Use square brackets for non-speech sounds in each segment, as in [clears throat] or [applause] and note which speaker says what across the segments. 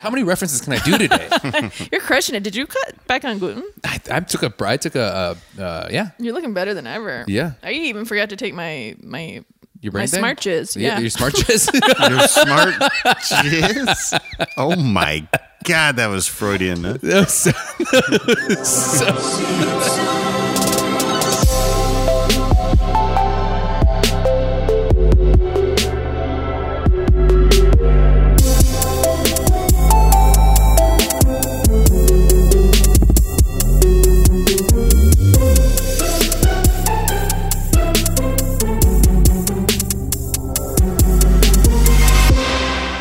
Speaker 1: How many references can I do [laughs] today?
Speaker 2: You're crushing it. Did you cut back on gluten?
Speaker 1: I, I took a, I took a, uh, uh, yeah,
Speaker 2: You're looking better than ever.
Speaker 1: Yeah.
Speaker 2: I even forgot to take my my
Speaker 1: your
Speaker 2: my
Speaker 1: brain thing?
Speaker 2: smarches. Yeah. [laughs]
Speaker 1: your smarches. [laughs]
Speaker 3: You're smart jizz. Oh my god, that was Freudian. huh?
Speaker 1: That was so-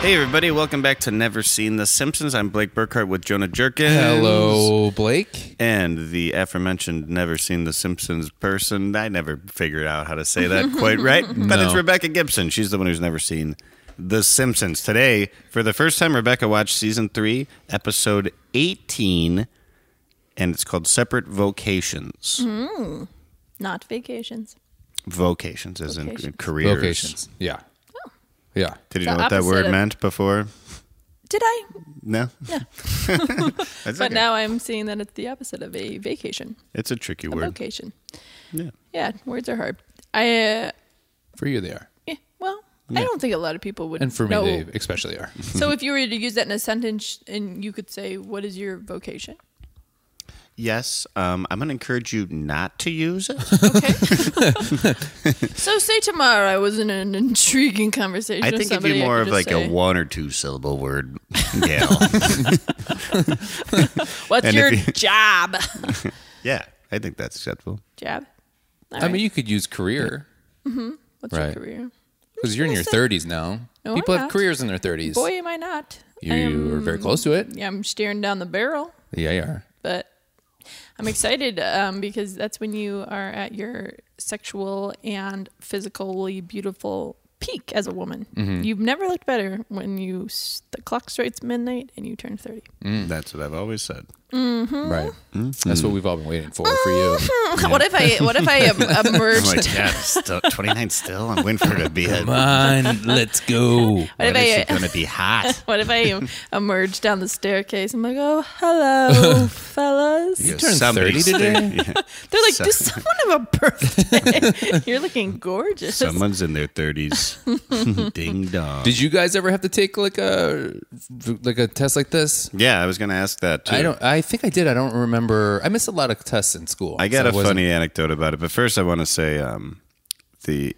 Speaker 3: Hey everybody, welcome back to Never Seen The Simpsons. I'm Blake Burkhart with Jonah
Speaker 1: [laughs]
Speaker 3: Jerkins.
Speaker 1: Hello, Blake.
Speaker 3: And the aforementioned Never Seen The Simpsons person. I never figured out how to
Speaker 2: [laughs]
Speaker 3: say that quite right. But it's Rebecca Gibson. She's the one who's never seen The Simpsons. Today, for the first time, Rebecca watched season three, episode 18, and it's called Separate Vocations.
Speaker 2: Mm-hmm. Not vacations.
Speaker 3: Vocations, as in
Speaker 2: Vocations.
Speaker 3: careers.
Speaker 1: Locations. Yeah.
Speaker 2: Oh.
Speaker 1: Yeah.
Speaker 3: Did you
Speaker 2: The
Speaker 3: know what that
Speaker 2: opposite
Speaker 3: word
Speaker 2: of-
Speaker 3: meant before?
Speaker 2: Did I?
Speaker 3: No. [laughs]
Speaker 2: [laughs]
Speaker 3: No.
Speaker 2: But now I'm seeing that it's the opposite of a vacation.
Speaker 3: it's a tricky
Speaker 2: A
Speaker 3: word.
Speaker 2: vocation.
Speaker 3: Yeah.
Speaker 2: Yeah, words are hard. I uh,
Speaker 1: For you, they are.
Speaker 2: yeah, well, I don't think a lot of people would
Speaker 1: And for me,
Speaker 2: know.
Speaker 1: they especially are.
Speaker 2: so if you were to use that in a sentence and you could say what is your vocation?
Speaker 3: Yes, um, I'm going to encourage you not to
Speaker 2: [laughs]
Speaker 3: use it.
Speaker 2: Okay. so say tomorrow I was in an intriguing conversation
Speaker 3: I
Speaker 2: with
Speaker 3: think it'd
Speaker 2: somebody
Speaker 3: be more
Speaker 2: could
Speaker 3: of
Speaker 2: just
Speaker 3: like
Speaker 2: say,
Speaker 3: a one or two
Speaker 2: [laughs]
Speaker 3: syllable word. Yeah.
Speaker 2: what's
Speaker 3: and
Speaker 2: your
Speaker 3: if
Speaker 2: [laughs]
Speaker 3: you-
Speaker 2: job?
Speaker 3: yeah, I think that's acceptable.
Speaker 2: job. All
Speaker 1: I
Speaker 2: right.
Speaker 1: mean, you could use career
Speaker 2: What's
Speaker 1: Right.
Speaker 2: your career?
Speaker 1: because you're in your 30s now.
Speaker 2: No, I'm
Speaker 1: People have
Speaker 2: not.
Speaker 1: careers in their 30s.
Speaker 2: Boy, um, am I not.
Speaker 1: you
Speaker 2: I am-
Speaker 1: are very close to it.
Speaker 2: yeah, I'm staring down the barrel,
Speaker 1: Yeah, you are.
Speaker 2: but I'm excited um, because that's when you are at your sexual and physically beautiful peak as a woman.
Speaker 3: Mm-hmm.
Speaker 2: You've never looked better when you s- the clock strikes midnight and you turn 30. [laughs]
Speaker 1: Mm.
Speaker 3: That's what I've always said.
Speaker 2: Mm-hmm.
Speaker 1: Right. That's what we've all been waiting for
Speaker 2: [laughs]
Speaker 1: for you.
Speaker 2: what if I what if I em-
Speaker 3: [laughs] I'm
Speaker 2: emerged
Speaker 3: like, yeah,
Speaker 2: [laughs]
Speaker 3: still, 29 still? I'm waiting for it to be a, What
Speaker 1: Mine, let's go.
Speaker 2: what [laughs]
Speaker 3: is it
Speaker 2: if I
Speaker 3: going to be hot?
Speaker 2: what if I em- emerged down the staircase? I'm like, "Oh,
Speaker 3: [laughs]
Speaker 2: hello, fellas."
Speaker 3: You
Speaker 1: turned 30
Speaker 3: [laughs]
Speaker 1: today?
Speaker 2: They're like,
Speaker 3: So-
Speaker 2: does someone have a birthday? You're looking gorgeous.
Speaker 3: Someone's in
Speaker 2: [laughs]
Speaker 3: their 30s. [laughs] Ding dong.
Speaker 1: Did you guys ever have to take like a like a test like this?
Speaker 3: yeah, I was going to ask that too.
Speaker 1: I don't. I think I did. I don't remember. I missed a lot of tests in school.
Speaker 3: I got
Speaker 1: so
Speaker 3: a
Speaker 1: wasn't-
Speaker 3: funny anecdote about it, but first I want to say um, the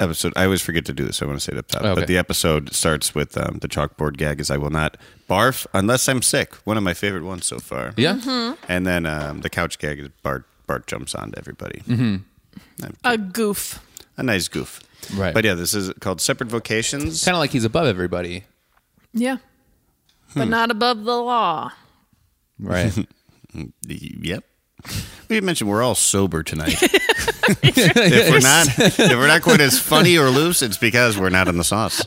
Speaker 3: episode. I always forget to do this. so I want to say it up top,
Speaker 1: Okay.
Speaker 3: but the episode starts with um, the chalkboard gag: "Is I will not barf unless I'm sick." One of my favorite ones so far.
Speaker 1: Yeah.
Speaker 2: Mm-hmm.
Speaker 3: And then um, the couch gag is Bart. Bart jumps onto everybody.
Speaker 1: Mm-hmm.
Speaker 2: a goof.
Speaker 3: A nice goof.
Speaker 1: Right.
Speaker 3: But yeah, this is called Separate Vocations.
Speaker 1: Kind of like he's above everybody,
Speaker 2: Yeah. But not above the law.
Speaker 1: right? [laughs]
Speaker 3: Yep. [laughs] We didn't mention we're all sober tonight.
Speaker 1: [laughs]
Speaker 3: [laughs] if we're not, if we're not quite as funny or loose, it's because we're not in
Speaker 1: [laughs]
Speaker 3: the sauce.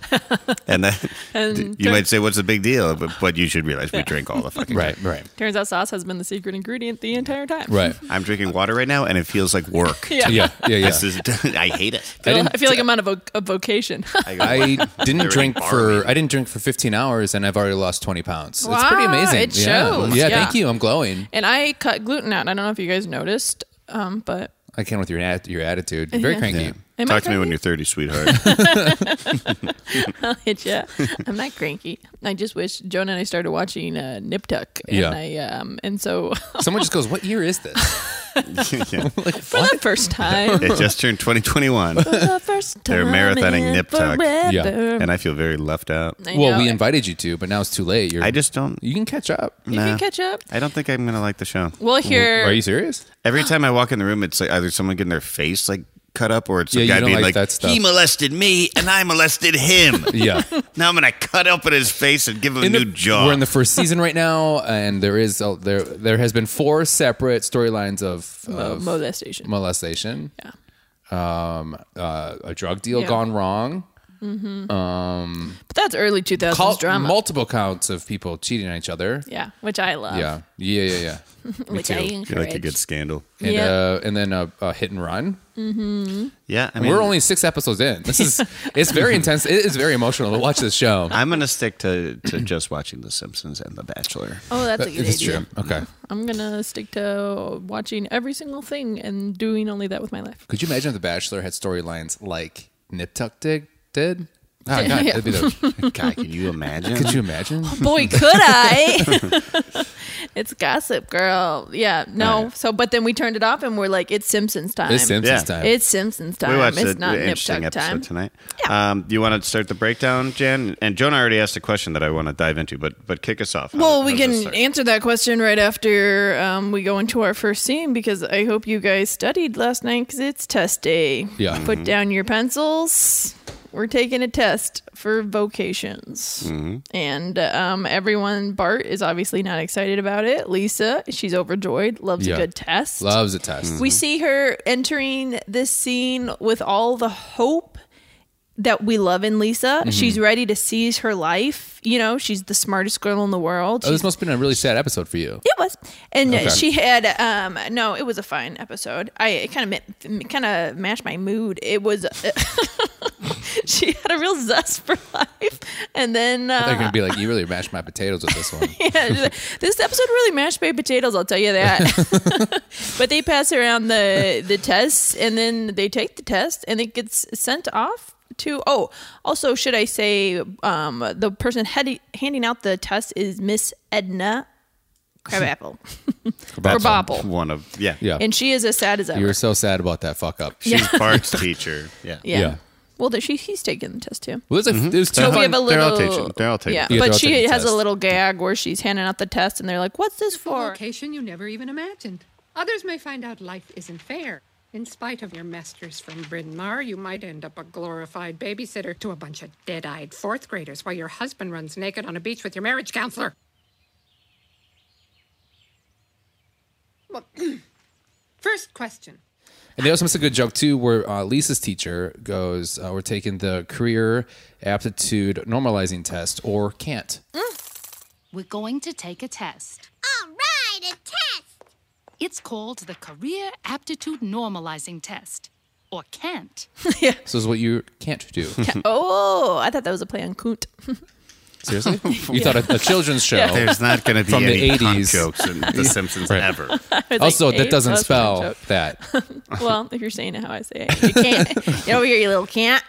Speaker 3: And that
Speaker 2: And
Speaker 3: you might say, "What's the big deal?" But, but you should realize we drink all the fucking. [laughs]
Speaker 1: right. Right.
Speaker 2: Turns out sauce has been the secret ingredient the entire time.
Speaker 1: Right.
Speaker 3: time. I'm drinking water right now, and it feels like work.
Speaker 2: Yeah.
Speaker 1: Yeah. Yeah. Yeah.
Speaker 3: This is, [laughs] I hate
Speaker 2: [laughs] I,
Speaker 3: it.
Speaker 2: feel,
Speaker 1: didn't-
Speaker 2: I feel like I'm on a, vo- a vocation. [laughs]
Speaker 3: I,
Speaker 1: [laughs]
Speaker 3: go,
Speaker 1: I
Speaker 3: They're
Speaker 1: didn't drink
Speaker 3: in
Speaker 1: for
Speaker 3: Barbie.
Speaker 1: I didn't drink for 15 hours and I've already lost 20 pounds. it's pretty
Speaker 2: Wow,
Speaker 1: amazing.
Speaker 2: it
Speaker 1: yeah.
Speaker 2: shows.
Speaker 1: Yeah,
Speaker 2: Yeah.
Speaker 1: Thank you. I'm glowing.
Speaker 2: and I cut gluten out. I don't know if you guys noticed, um, but [laughs]
Speaker 1: I can with your at- your attitude. You're very cranky.
Speaker 3: Yeah.
Speaker 2: Am I
Speaker 3: Talk to me when
Speaker 2: cranky?
Speaker 3: you're 30, sweetheart. [laughs]
Speaker 2: I'll hit ya. I'm not cranky. I just wish Jonah and I started watching uh, Nip Tuck. And
Speaker 1: Yeah.
Speaker 2: I, um, and so
Speaker 1: [laughs]
Speaker 2: [laughs]
Speaker 1: Someone just goes, "What year is this?"
Speaker 3: Yeah.
Speaker 2: for the first time,
Speaker 3: [laughs] It just turned 2021,
Speaker 2: for the first
Speaker 3: They're
Speaker 2: time,
Speaker 3: marathoning
Speaker 2: in
Speaker 3: Nip Tuck.
Speaker 1: Yeah.
Speaker 2: forever.
Speaker 3: and I feel very left out.
Speaker 2: [laughs] I
Speaker 1: well,
Speaker 2: know.
Speaker 1: we invited you to, but now it's too late. You're,
Speaker 3: I just don't.
Speaker 1: you can catch up.
Speaker 2: You
Speaker 3: Nah.
Speaker 2: can catch up.
Speaker 3: I don't think I'm gonna like the show.
Speaker 2: We'll hear.
Speaker 1: Are you serious?
Speaker 3: Every time I walk in the room, it's like either someone getting their face like cut up, or it's
Speaker 1: Yeah,
Speaker 3: a
Speaker 1: you
Speaker 3: guy
Speaker 1: don't
Speaker 3: being
Speaker 1: like
Speaker 3: like,
Speaker 1: that stuff.
Speaker 3: "He molested me, and I molested him."
Speaker 1: [laughs]
Speaker 2: [laughs]
Speaker 1: Yeah.
Speaker 3: now I'm gonna cut open his face and give him a new
Speaker 1: the-
Speaker 3: jaw.
Speaker 1: We're in the first season right now, and there is a, there there has been four separate storylines of,
Speaker 2: Mo-
Speaker 1: of
Speaker 2: molestation.
Speaker 1: molestation,
Speaker 2: yeah.
Speaker 1: uh, a drug deal
Speaker 2: Yeah.
Speaker 1: gone wrong,
Speaker 2: But that's early 2000s
Speaker 1: cult-
Speaker 2: drama.
Speaker 1: multiple counts of people cheating on each other.
Speaker 2: yeah, which I love.
Speaker 1: Yeah, yeah, yeah, yeah.
Speaker 2: [laughs] which I
Speaker 3: You like a
Speaker 2: encourage.
Speaker 3: good scandal.
Speaker 1: And,
Speaker 2: Yeah.
Speaker 1: uh, and then a, a hit and run.
Speaker 3: Yeah, I mean,
Speaker 1: We're only six episodes in.
Speaker 2: [laughs]
Speaker 1: This is it's very intense. It is very emotional to watch this show.
Speaker 3: I'm gonna stick to to just watching The Simpsons and The Bachelor.
Speaker 2: Oh, that's a good
Speaker 1: It's
Speaker 2: idea.
Speaker 1: true. Okay.
Speaker 2: I'm gonna stick to watching every single thing and doing only that with my life.
Speaker 1: Could you imagine if The Bachelor had storylines like Nip
Speaker 2: [laughs]
Speaker 1: Tuck did? Did? Oh, God,
Speaker 2: Yeah.
Speaker 1: that'd be the,
Speaker 2: [laughs]
Speaker 1: [laughs]
Speaker 3: God, can you imagine?
Speaker 1: could you imagine?
Speaker 2: Boy, could I? it's Gossip Girl. Yeah, no. So, but then we turned it off and we're like, it's Simpsons time.
Speaker 1: This Simpsons
Speaker 3: Yeah.
Speaker 1: time.
Speaker 2: It's Simpsons time.
Speaker 3: We watched
Speaker 2: it's
Speaker 3: an
Speaker 2: not Nip
Speaker 3: interesting
Speaker 2: Tuck
Speaker 3: episode
Speaker 2: time.
Speaker 3: tonight. Um, you want to start the breakdown, Jan? And Jonah already asked a question that I want to dive into, but but kick us off. How-
Speaker 2: Well,
Speaker 3: how
Speaker 2: we
Speaker 3: does this
Speaker 2: can
Speaker 3: start?
Speaker 2: answer that question right after um, we go into our first scene because I hope you guys studied last night because it's test day.
Speaker 1: Yeah.
Speaker 2: Put down your pencils. We're taking a test for vocations.
Speaker 1: Mm-hmm.
Speaker 2: And um, everyone, Bart is obviously not excited about it. Lisa, she's overjoyed, loves
Speaker 1: Yeah.
Speaker 2: a good test.
Speaker 1: Loves a test.
Speaker 2: we see her entering this scene with all the hope that we love in Lisa.
Speaker 1: Mm-hmm.
Speaker 2: She's ready to seize her life. You know, she's the smartest girl in the world.
Speaker 1: Oh, this must have been a really sad episode for you.
Speaker 2: It was, and uh,
Speaker 1: Okay.
Speaker 2: she had um no, it was a fine episode. I it kind of kind of matched my mood. It was [laughs] she had a real zest for life, and then
Speaker 1: They're
Speaker 2: uh,
Speaker 1: gonna be like, you really mashed my potatoes with this one.
Speaker 2: [laughs] yeah, she's like, this episode really mashed my potatoes. I'll tell you that. [laughs] but they pass around the the tests, and then they take the test, and it gets sent off. To, oh, also, should I say um, the person headi- handing out the test is Miss Edna Crabapple. Krabappel.
Speaker 3: One of yeah,
Speaker 1: Yeah.
Speaker 2: and she is as sad as ever.
Speaker 1: you were so sad about that fuck up.
Speaker 3: She's Bart's teacher. Yeah.
Speaker 2: yeah.
Speaker 1: Yeah.
Speaker 2: Well, there- she he's taking the test too.
Speaker 1: Well,
Speaker 3: Mm-hmm.
Speaker 1: there's a, there's two
Speaker 2: So
Speaker 1: fun-
Speaker 2: we have a
Speaker 3: They're all
Speaker 2: little.
Speaker 3: taking- they're all taking
Speaker 2: yeah,
Speaker 1: the
Speaker 2: but
Speaker 1: test.
Speaker 2: she
Speaker 1: Yeah,
Speaker 2: has a
Speaker 1: test.
Speaker 2: little gag where she's handing out the test, and they're like, "What's this for?"
Speaker 4: location you never even imagined. Others may find out life isn't fair. In spite of your masters from Bryn Mawr, you might end up a glorified babysitter to a bunch of dead eyed fourth graders while your husband runs naked on a beach with your marriage counselor. Well, [clears throat] First question.
Speaker 1: And they also miss a good joke too, where uh, Lisa's teacher goes, uh, "We're taking the career aptitude normalizing test, or can't."
Speaker 2: Mm.
Speaker 5: We're going to take a test.
Speaker 6: All right, a test.
Speaker 5: It's called the Career Aptitude Normalizing Test, or CANT.
Speaker 1: So this is what you can't do.
Speaker 2: [laughs] Oh, I thought that was a play on [laughs] Coont.
Speaker 1: [laughs]
Speaker 3: [laughs]
Speaker 1: Seriously, you thought a, a children's show.
Speaker 3: There's not going to be
Speaker 1: From the
Speaker 3: any punk
Speaker 1: 80s.
Speaker 3: jokes in
Speaker 1: [laughs]
Speaker 3: The Simpsons ever.
Speaker 1: Also, that doesn't spell
Speaker 2: spell
Speaker 1: that.
Speaker 2: well, if you're saying it how I say it, you
Speaker 1: [laughs]
Speaker 2: can't. [laughs] Get over here, you little can't.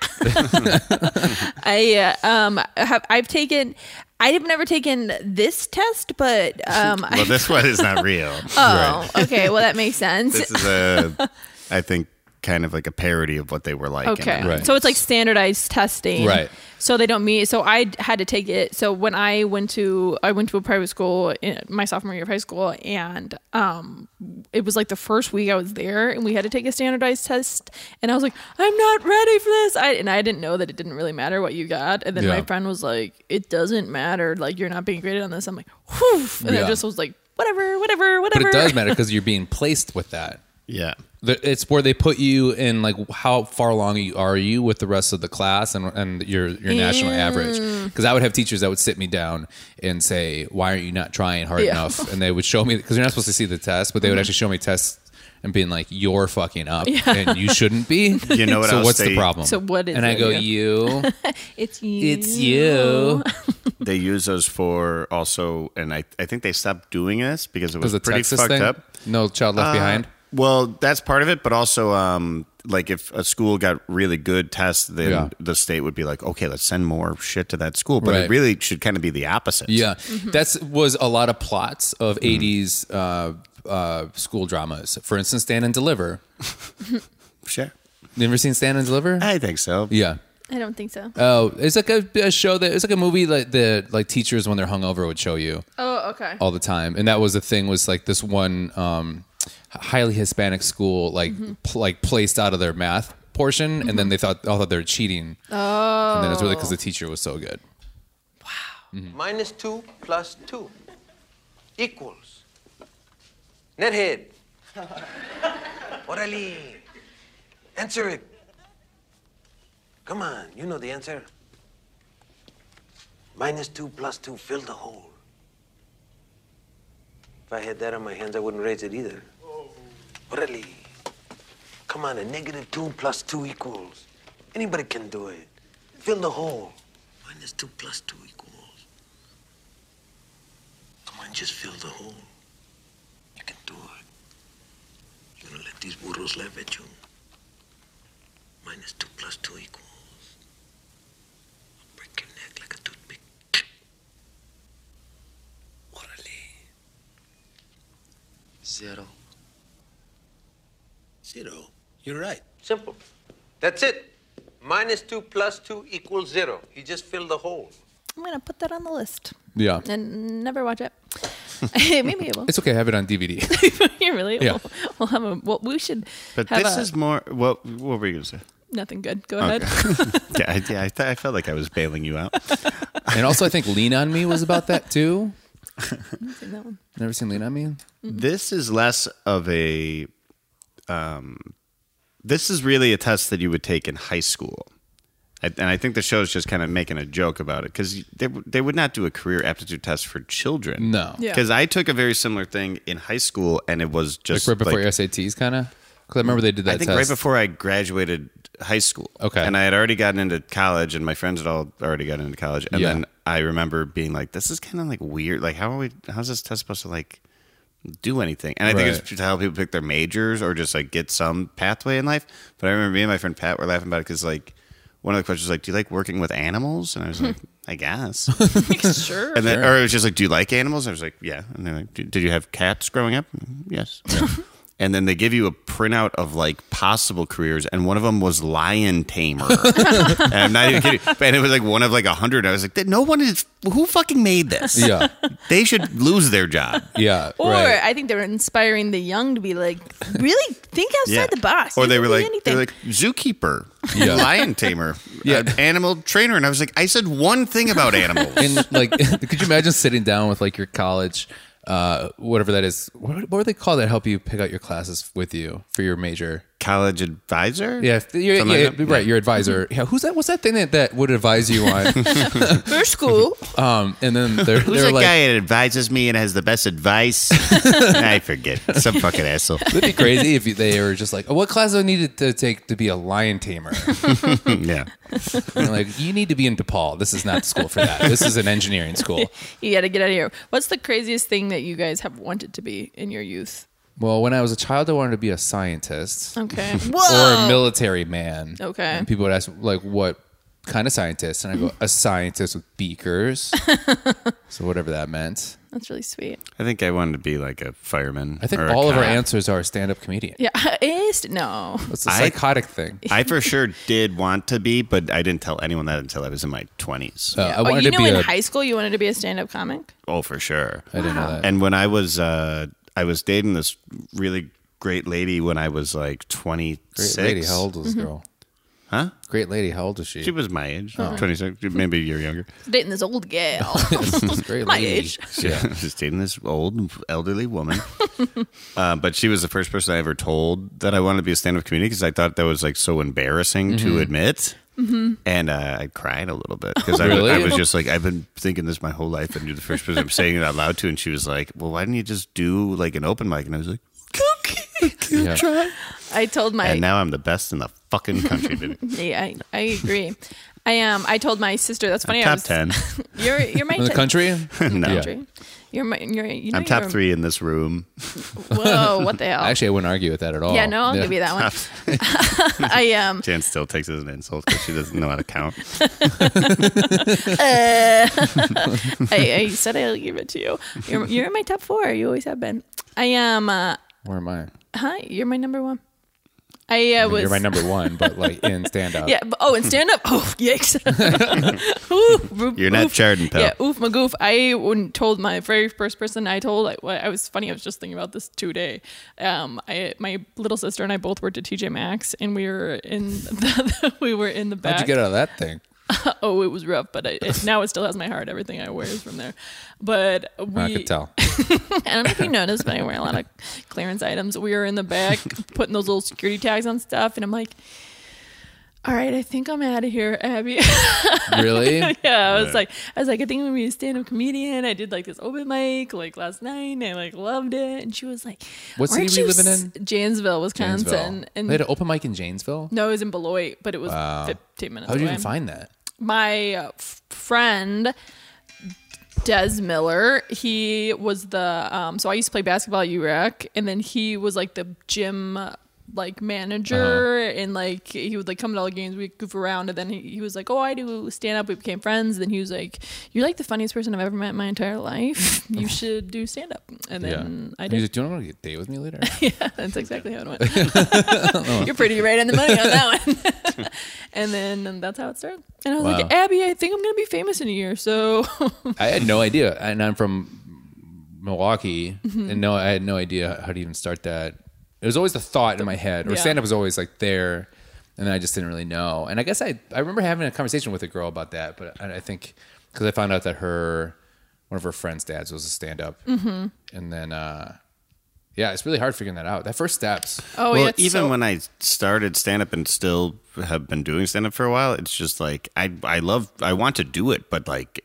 Speaker 2: I uh, um have I've taken. I've never taken this test, but um,
Speaker 3: Well,
Speaker 2: I,
Speaker 3: this one is not real.
Speaker 2: oh, okay. Well, that
Speaker 3: [laughs]
Speaker 2: makes sense.
Speaker 3: This is a, I think, kind of like a parody of what they were like. in
Speaker 2: Okay.
Speaker 3: the
Speaker 1: Right.
Speaker 2: So it's like standardized testing.
Speaker 1: Right.
Speaker 2: So they don't meet. So I d- had to take it. So when I went to I went to a private school in my sophomore year of high school, and um, it was like the first week I was there, and we had to take a standardized test, and I was like, I'm not ready for this. I and I didn't know that it didn't really matter what you got, and then
Speaker 1: Yeah.
Speaker 2: my friend was like, It doesn't matter. Like you're not being graded on this. I'm like, whew, and
Speaker 1: Yeah.
Speaker 2: I just was like, whatever, whatever,
Speaker 1: But
Speaker 2: [laughs] whatever.
Speaker 1: it does matter because you're being placed with that.
Speaker 3: Yeah.
Speaker 1: The- It's where they put you in, like how far along you are you with the rest of the class and and your your national average. Because I would have teachers that would sit me down and say, "Why aren't you not trying hard
Speaker 2: Yeah. Mm-hmm.
Speaker 1: enough?" And they would show me because you're not supposed to see the test, but they would actually show me tests and being like, "You're fucking up, and you shouldn't
Speaker 2: [laughs]
Speaker 1: be."
Speaker 3: You know what
Speaker 1: So
Speaker 3: else
Speaker 1: what's the
Speaker 3: they-
Speaker 1: problem?
Speaker 2: So what is
Speaker 1: And I
Speaker 2: it?
Speaker 1: go,
Speaker 2: Yeah.
Speaker 1: "You,
Speaker 2: It's [laughs] you.
Speaker 1: it's you."
Speaker 3: they use those for also, and I, I think they stopped doing this because it was
Speaker 1: Because the
Speaker 3: pretty
Speaker 1: Texas
Speaker 3: fucked
Speaker 1: thing,
Speaker 3: up.
Speaker 1: no child left behind.
Speaker 3: Uh, well, that's part of it, but also, um, like if a school got really good tests, then
Speaker 1: Yeah.
Speaker 3: the state would be like, okay, let's send more shit to that school. But
Speaker 1: Right.
Speaker 3: it really should kind of be the opposite.
Speaker 1: Yeah, that's was a lot of plots of '80s uh, uh, school dramas. For instance, Stand and Deliver.
Speaker 3: Sure.
Speaker 1: You ever seen Stand and Deliver?
Speaker 3: I think so.
Speaker 1: yeah.
Speaker 2: I don't think so.
Speaker 1: Oh, it's like a, a show that it's like a movie like the like teachers when they're hungover would show you
Speaker 2: oh, okay.
Speaker 1: all the time, and that was the thing was like this one um, highly Hispanic school like pl- like placed out of their math portion, and then they thought all thought they were cheating. Oh, and then it's really because the teacher was so good.
Speaker 7: Minus 2 plus 2 equals nethead. Orale. Answer it. Come on, you know the answer. Minus 2 plus 2, fill the hole. If I had that on my hands, I wouldn't raise it either. Orale. Come on, a negative two plus two equals. Anybody can do it. Fill the hole. Minus two plus two equals. Come on, just fill the hole. You can do it. You're gonna let these burros laugh at you. Minus two plus two equals. I'll break your neck like a toothpick. Orale.
Speaker 8: Zero.
Speaker 7: Zero. You're right.
Speaker 8: Simple.
Speaker 7: That's it. Minus two plus two equals zero. You just fill the hole.
Speaker 2: I'm gonna put that on the list
Speaker 1: Yeah.
Speaker 2: and never watch
Speaker 3: [laughs]
Speaker 2: it. [laughs] Maybe it will. [laughs]
Speaker 1: it's okay. I have it on DVD.
Speaker 2: you really?
Speaker 1: Yeah.
Speaker 2: We'll, we'll have a. Well, we should.
Speaker 3: But
Speaker 2: have
Speaker 3: this
Speaker 2: a-
Speaker 3: is more. What what were you gonna say? [laughs]
Speaker 2: nothing good. Go ahead.
Speaker 3: Okay.
Speaker 2: [laughs]
Speaker 3: yeah, I, yeah I, th- I felt like I was bailing you out.
Speaker 1: [laughs] and also, I think Lean on Me was about that too.
Speaker 2: Seen that
Speaker 3: [laughs]
Speaker 2: one.
Speaker 1: Never seen Lean on Me?
Speaker 3: this is less of a. Um, this is really a test that you would take in high school, I, and I think the show is just kind of making a joke about it because they w- they would not do a career aptitude test for children.
Speaker 1: No.
Speaker 2: Yeah.
Speaker 3: Because I took a very similar thing in high school, and it was
Speaker 1: Like
Speaker 3: just
Speaker 1: right before
Speaker 3: like-
Speaker 1: your SATs, kind of? Because I remember they did that
Speaker 3: I think
Speaker 1: test.
Speaker 3: right before I graduated high school.
Speaker 1: Okay.
Speaker 3: And I had already gotten into college, and my friends had all already gotten into college. And
Speaker 1: Yeah.
Speaker 3: then I remember being like, "This is kind of like weird. Like, how are we? How's this test supposed to like do anything?" And I think
Speaker 1: Right.
Speaker 3: it's to help people pick their majors or just like get some pathway in life. But I remember me and my friend Pat were laughing about it because like one of the questions was like, "Do you like working with animals?" And I was
Speaker 1: [laughs]
Speaker 3: like, "I guess."
Speaker 2: Sure.
Speaker 3: And then, or it was just like, "Do you like animals?" I was like, "Yeah." And they're like, "Did did you have cats growing up? "Mm,
Speaker 1: [laughs]
Speaker 3: Yes. and then they give you a printout of like possible careers, and one of them was lion
Speaker 1: [laughs]
Speaker 3: tamer. and I'm not even kidding. And it was like one of like a hundred. I was like, "No one is who fucking made this.
Speaker 1: [laughs] Yeah.
Speaker 3: They should lose their job." [laughs]
Speaker 1: Yeah.
Speaker 2: Or
Speaker 1: right.
Speaker 2: I think they were inspiring the young to be like, really
Speaker 3: [laughs]
Speaker 2: think outside the box.
Speaker 3: Or
Speaker 2: You
Speaker 3: they
Speaker 2: can
Speaker 3: were
Speaker 2: be
Speaker 3: like,
Speaker 2: anything.
Speaker 3: they're like zookeeper,
Speaker 1: Yeah.
Speaker 3: lion tamer,
Speaker 1: Yeah.
Speaker 3: uh, animal trainer, and I was like, I said one thing
Speaker 1: [laughs]
Speaker 3: about animals.
Speaker 1: and like could you imagine sitting down with like your college uh whatever that is what, what do they call that help you pick out your classes with you for your major
Speaker 3: College advisor.
Speaker 1: yeah, if- yeah, yeah,
Speaker 3: Something like that? Mm-hmm.
Speaker 1: right your advisor yeah who's that what's that thing that, that would advise you
Speaker 3: [laughs]
Speaker 1: on
Speaker 2: for school.
Speaker 1: um and then they're,
Speaker 3: Who's
Speaker 1: they're
Speaker 3: that
Speaker 1: like
Speaker 3: guy that advises me and has the best
Speaker 1: [laughs]
Speaker 3: advice? I forget. Some fucking asshole. [laughs]
Speaker 1: it'd be crazy if you- they were just like oh, what class do i need to take to be a lion tamer
Speaker 3: yeah.
Speaker 1: and like you need to be in depaul this is not the school for that this is an engineering
Speaker 3: [laughs]
Speaker 1: school
Speaker 2: you got to get out of here. What's the craziest thing that you guys have wanted to be in your youth?
Speaker 1: well when i was a child i wanted to be a scientist
Speaker 3: [laughs]
Speaker 2: Okay.
Speaker 1: or a military man.
Speaker 2: Okay.
Speaker 1: And people would ask, like, what kind of scientist? And I go, a scientist with
Speaker 2: [laughs]
Speaker 1: beakers. so whatever that meant.
Speaker 2: That's really sweet.
Speaker 3: I think I wanted to be like a fireman.
Speaker 1: I think
Speaker 3: or a
Speaker 1: all of our
Speaker 3: cop.
Speaker 1: answers are stand-up comedian.
Speaker 2: Yeah. [laughs] Is no.
Speaker 1: It's a
Speaker 3: I-
Speaker 1: psychotic thing.
Speaker 3: I for sure did want to be, but I didn't tell anyone that until I was in my 20s.
Speaker 1: Uh, I
Speaker 2: oh,
Speaker 1: wanted
Speaker 2: you
Speaker 1: to
Speaker 2: know,
Speaker 1: be
Speaker 2: in
Speaker 1: a-
Speaker 2: high school, you wanted to be a stand-up comic.
Speaker 3: Oh, for sure.
Speaker 1: I didn't know that.
Speaker 3: And when I was, uh, I was dating this really great lady when I was like 26.
Speaker 1: Great lady, how old was
Speaker 2: Mm-hmm.
Speaker 1: this girl?
Speaker 3: Huh?
Speaker 1: Great lady, how old is Oh. she?
Speaker 3: She was my age, 26. Maybe you're younger.
Speaker 2: Dating this old
Speaker 3: [laughs]
Speaker 2: gal. [laughs]
Speaker 1: great
Speaker 2: my
Speaker 1: lady.
Speaker 2: age.
Speaker 1: Yeah.
Speaker 3: I was dating this old
Speaker 2: [laughs]
Speaker 3: elderly woman. uh, but she was the first person I ever told that I wanted to be a stand up comedian because I thought that was like so embarrassing
Speaker 2: Mm-hmm.
Speaker 3: to admit. And uh, I cried a little bit because
Speaker 1: Really?
Speaker 3: I, was just like, I've been thinking this my whole life, and you're the first person I'm saying it out loud to. And she was like, Well, why didn't you just do like an open mic? And I was like,
Speaker 1: Yeah.
Speaker 2: I told my
Speaker 3: And now I'm the best in the
Speaker 2: [laughs]
Speaker 3: fucking country, baby.
Speaker 2: Yeah, I, I agree. I Um, I told my sister. That's funny. I
Speaker 3: top
Speaker 2: was,
Speaker 3: 10.
Speaker 2: [laughs] You're you're my
Speaker 1: In the
Speaker 2: ten- [laughs]
Speaker 1: country?
Speaker 3: no.
Speaker 2: country. You're my you're. You know
Speaker 3: I'm top
Speaker 2: you're-
Speaker 3: three in this room.
Speaker 2: Whoa! What
Speaker 1: [laughs]
Speaker 2: the hell?
Speaker 1: Actually, I wouldn't argue with that at all.
Speaker 2: yeah, no, I'll give you that [laughs] one. I um.
Speaker 3: Jan still takes it as an insult because she doesn't know how to count.
Speaker 2: I, I said I'll give it to you. You're, you're in my top four. You always have been. I am. Uh,
Speaker 1: Where am I?
Speaker 2: huh? You're my number one. I uh, was.
Speaker 1: You're my number one, but like in stand-up.
Speaker 2: [laughs] Yeah. But,
Speaker 3: [laughs]
Speaker 2: oh, and stand up. Oh, [laughs] yikes. Ooh, oof,
Speaker 3: You're not
Speaker 2: oof.
Speaker 3: Chardon, pal.
Speaker 2: Yeah, oof, my goof. I when told my very first person I told, I, I was funny. I was just thinking about this today. Um, I my little sister and I both worked at TJ Maxx, and we were in [laughs] the, we were in the back
Speaker 1: How'd you get out of that thing?
Speaker 2: oh, it was rough, but I, it, now it still has my heart. Everything I wear is from there. But we,
Speaker 1: I could tell.
Speaker 2: [laughs] I don't know if you noticed, but I wear a lot of
Speaker 1: [laughs]
Speaker 2: clearance items. We were in the back putting those little security tags on stuff, and I'm like, all right, I think I'm out of here, Abby. [laughs]
Speaker 1: Really?
Speaker 2: yeah, I was like, I was like, I think I'm gonna be a stand-up comedian. I did like this open mic like last night, and I like loved it. And she was like,
Speaker 1: What city
Speaker 2: "Weren't
Speaker 1: were you
Speaker 2: s-
Speaker 1: living
Speaker 2: Janesville, Wisconsin.
Speaker 1: Janesville.
Speaker 2: And
Speaker 1: they had an open mic in Janesville.
Speaker 2: no, it was in Beloit, but it was 15 minutes.
Speaker 1: How did you
Speaker 2: away.
Speaker 1: even find that?
Speaker 2: my uh, f- friend Des Miller, he was the um, so I used to play basketball at UREC, and then he was like the gym like manager, and like he would like come to all the games, we goof around, and then he, he was like, "Oh, I do stand up." We became friends. Then he was like, "You're like the funniest person I've ever met in my entire life. [laughs] You should do stand up." And then I
Speaker 1: He's
Speaker 2: did.
Speaker 1: like, do you want to go on a date with
Speaker 2: [laughs]
Speaker 1: me later?
Speaker 2: That's exactly how it went.
Speaker 3: [laughs]
Speaker 2: You're pretty right on the money on that one. [laughs] and then and that's how it started. And I was like,
Speaker 1: Wow.
Speaker 2: Abby, I think I'm going to be famous in a year. So
Speaker 1: I had no idea, and I'm from Milwaukee,
Speaker 2: Mm-hmm.
Speaker 1: and no, I had no idea how to even start that. It was always a thought in my head, or
Speaker 2: Yeah.
Speaker 1: stand up was always like there, and then I just didn't really know. And I guess I I remember having a conversation with a girl about that, but I, I think because I found out that her one of her friends' dads was a stand up,
Speaker 2: Mm-hmm.
Speaker 1: and then uh, yeah, it's really hard figuring that out. That first steps,
Speaker 2: oh
Speaker 3: well,
Speaker 2: yeah, it's
Speaker 3: even
Speaker 2: so-
Speaker 3: when I started stand up and still have been doing stand up for a while, it's just like I I love I want to do it, but like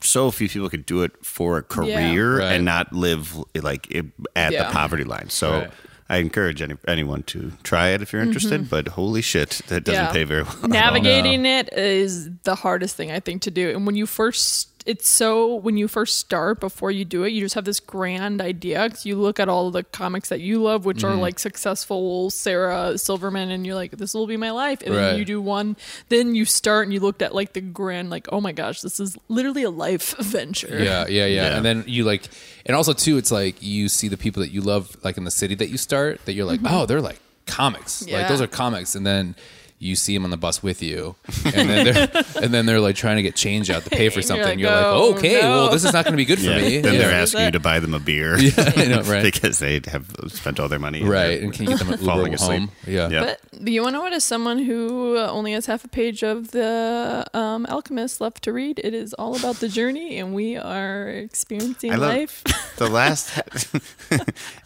Speaker 3: so few people could do it for a career
Speaker 1: Right.
Speaker 3: and not live like it- at
Speaker 2: Yeah.
Speaker 3: the poverty line. So
Speaker 1: Right.
Speaker 3: I encourage any, anyone to try it if you're interested, but holy shit, that doesn't
Speaker 2: Mm-hmm. Yeah.
Speaker 3: pay very well.
Speaker 2: navigating it is the hardest thing I think to do. And when you first it's so when you first start before you do it, you just have this grand idea. 'Cause you look at all the comics that you love, which are like successful Sarah Silverman, and you're like, "This will be my life." And
Speaker 1: Right.
Speaker 2: then you do one, then you start and you looked at like the grand, like, "Oh my gosh, this is literally a life [laughs] venture."
Speaker 1: [laughs] Yeah, yeah, yeah,
Speaker 3: Yeah.
Speaker 1: And then you like, and also too, it's like you see the people that you love, like in the city that you start, that you're like, oh, they're like comics, like
Speaker 2: Mm-hmm. Yeah.
Speaker 1: those are comics, and then. You see them on the bus with you, and
Speaker 2: [laughs]
Speaker 1: then they're and then they're like trying to get change out to pay
Speaker 2: And
Speaker 1: for
Speaker 2: you're
Speaker 1: something.
Speaker 2: like,
Speaker 1: You're
Speaker 2: "No,
Speaker 1: like, okay,
Speaker 2: no."
Speaker 1: well, this is not going to be good for
Speaker 3: [laughs] Yeah.
Speaker 1: me.
Speaker 3: Then they're
Speaker 1: Yeah.
Speaker 3: asking you to buy them a beer
Speaker 1: [laughs] I know, right?
Speaker 3: [laughs] because they have spent all their money. and
Speaker 1: Right,
Speaker 3: they're
Speaker 1: and can you get them an Uber
Speaker 3: falling asleep.
Speaker 1: home? Yeah,
Speaker 3: Yeah.
Speaker 2: But you want to know what? As someone who uh, only has half a page of the um, Alchemist left to read, it is all about the journey, and we are experiencing
Speaker 3: I love-
Speaker 2: life.
Speaker 3: [laughs] the last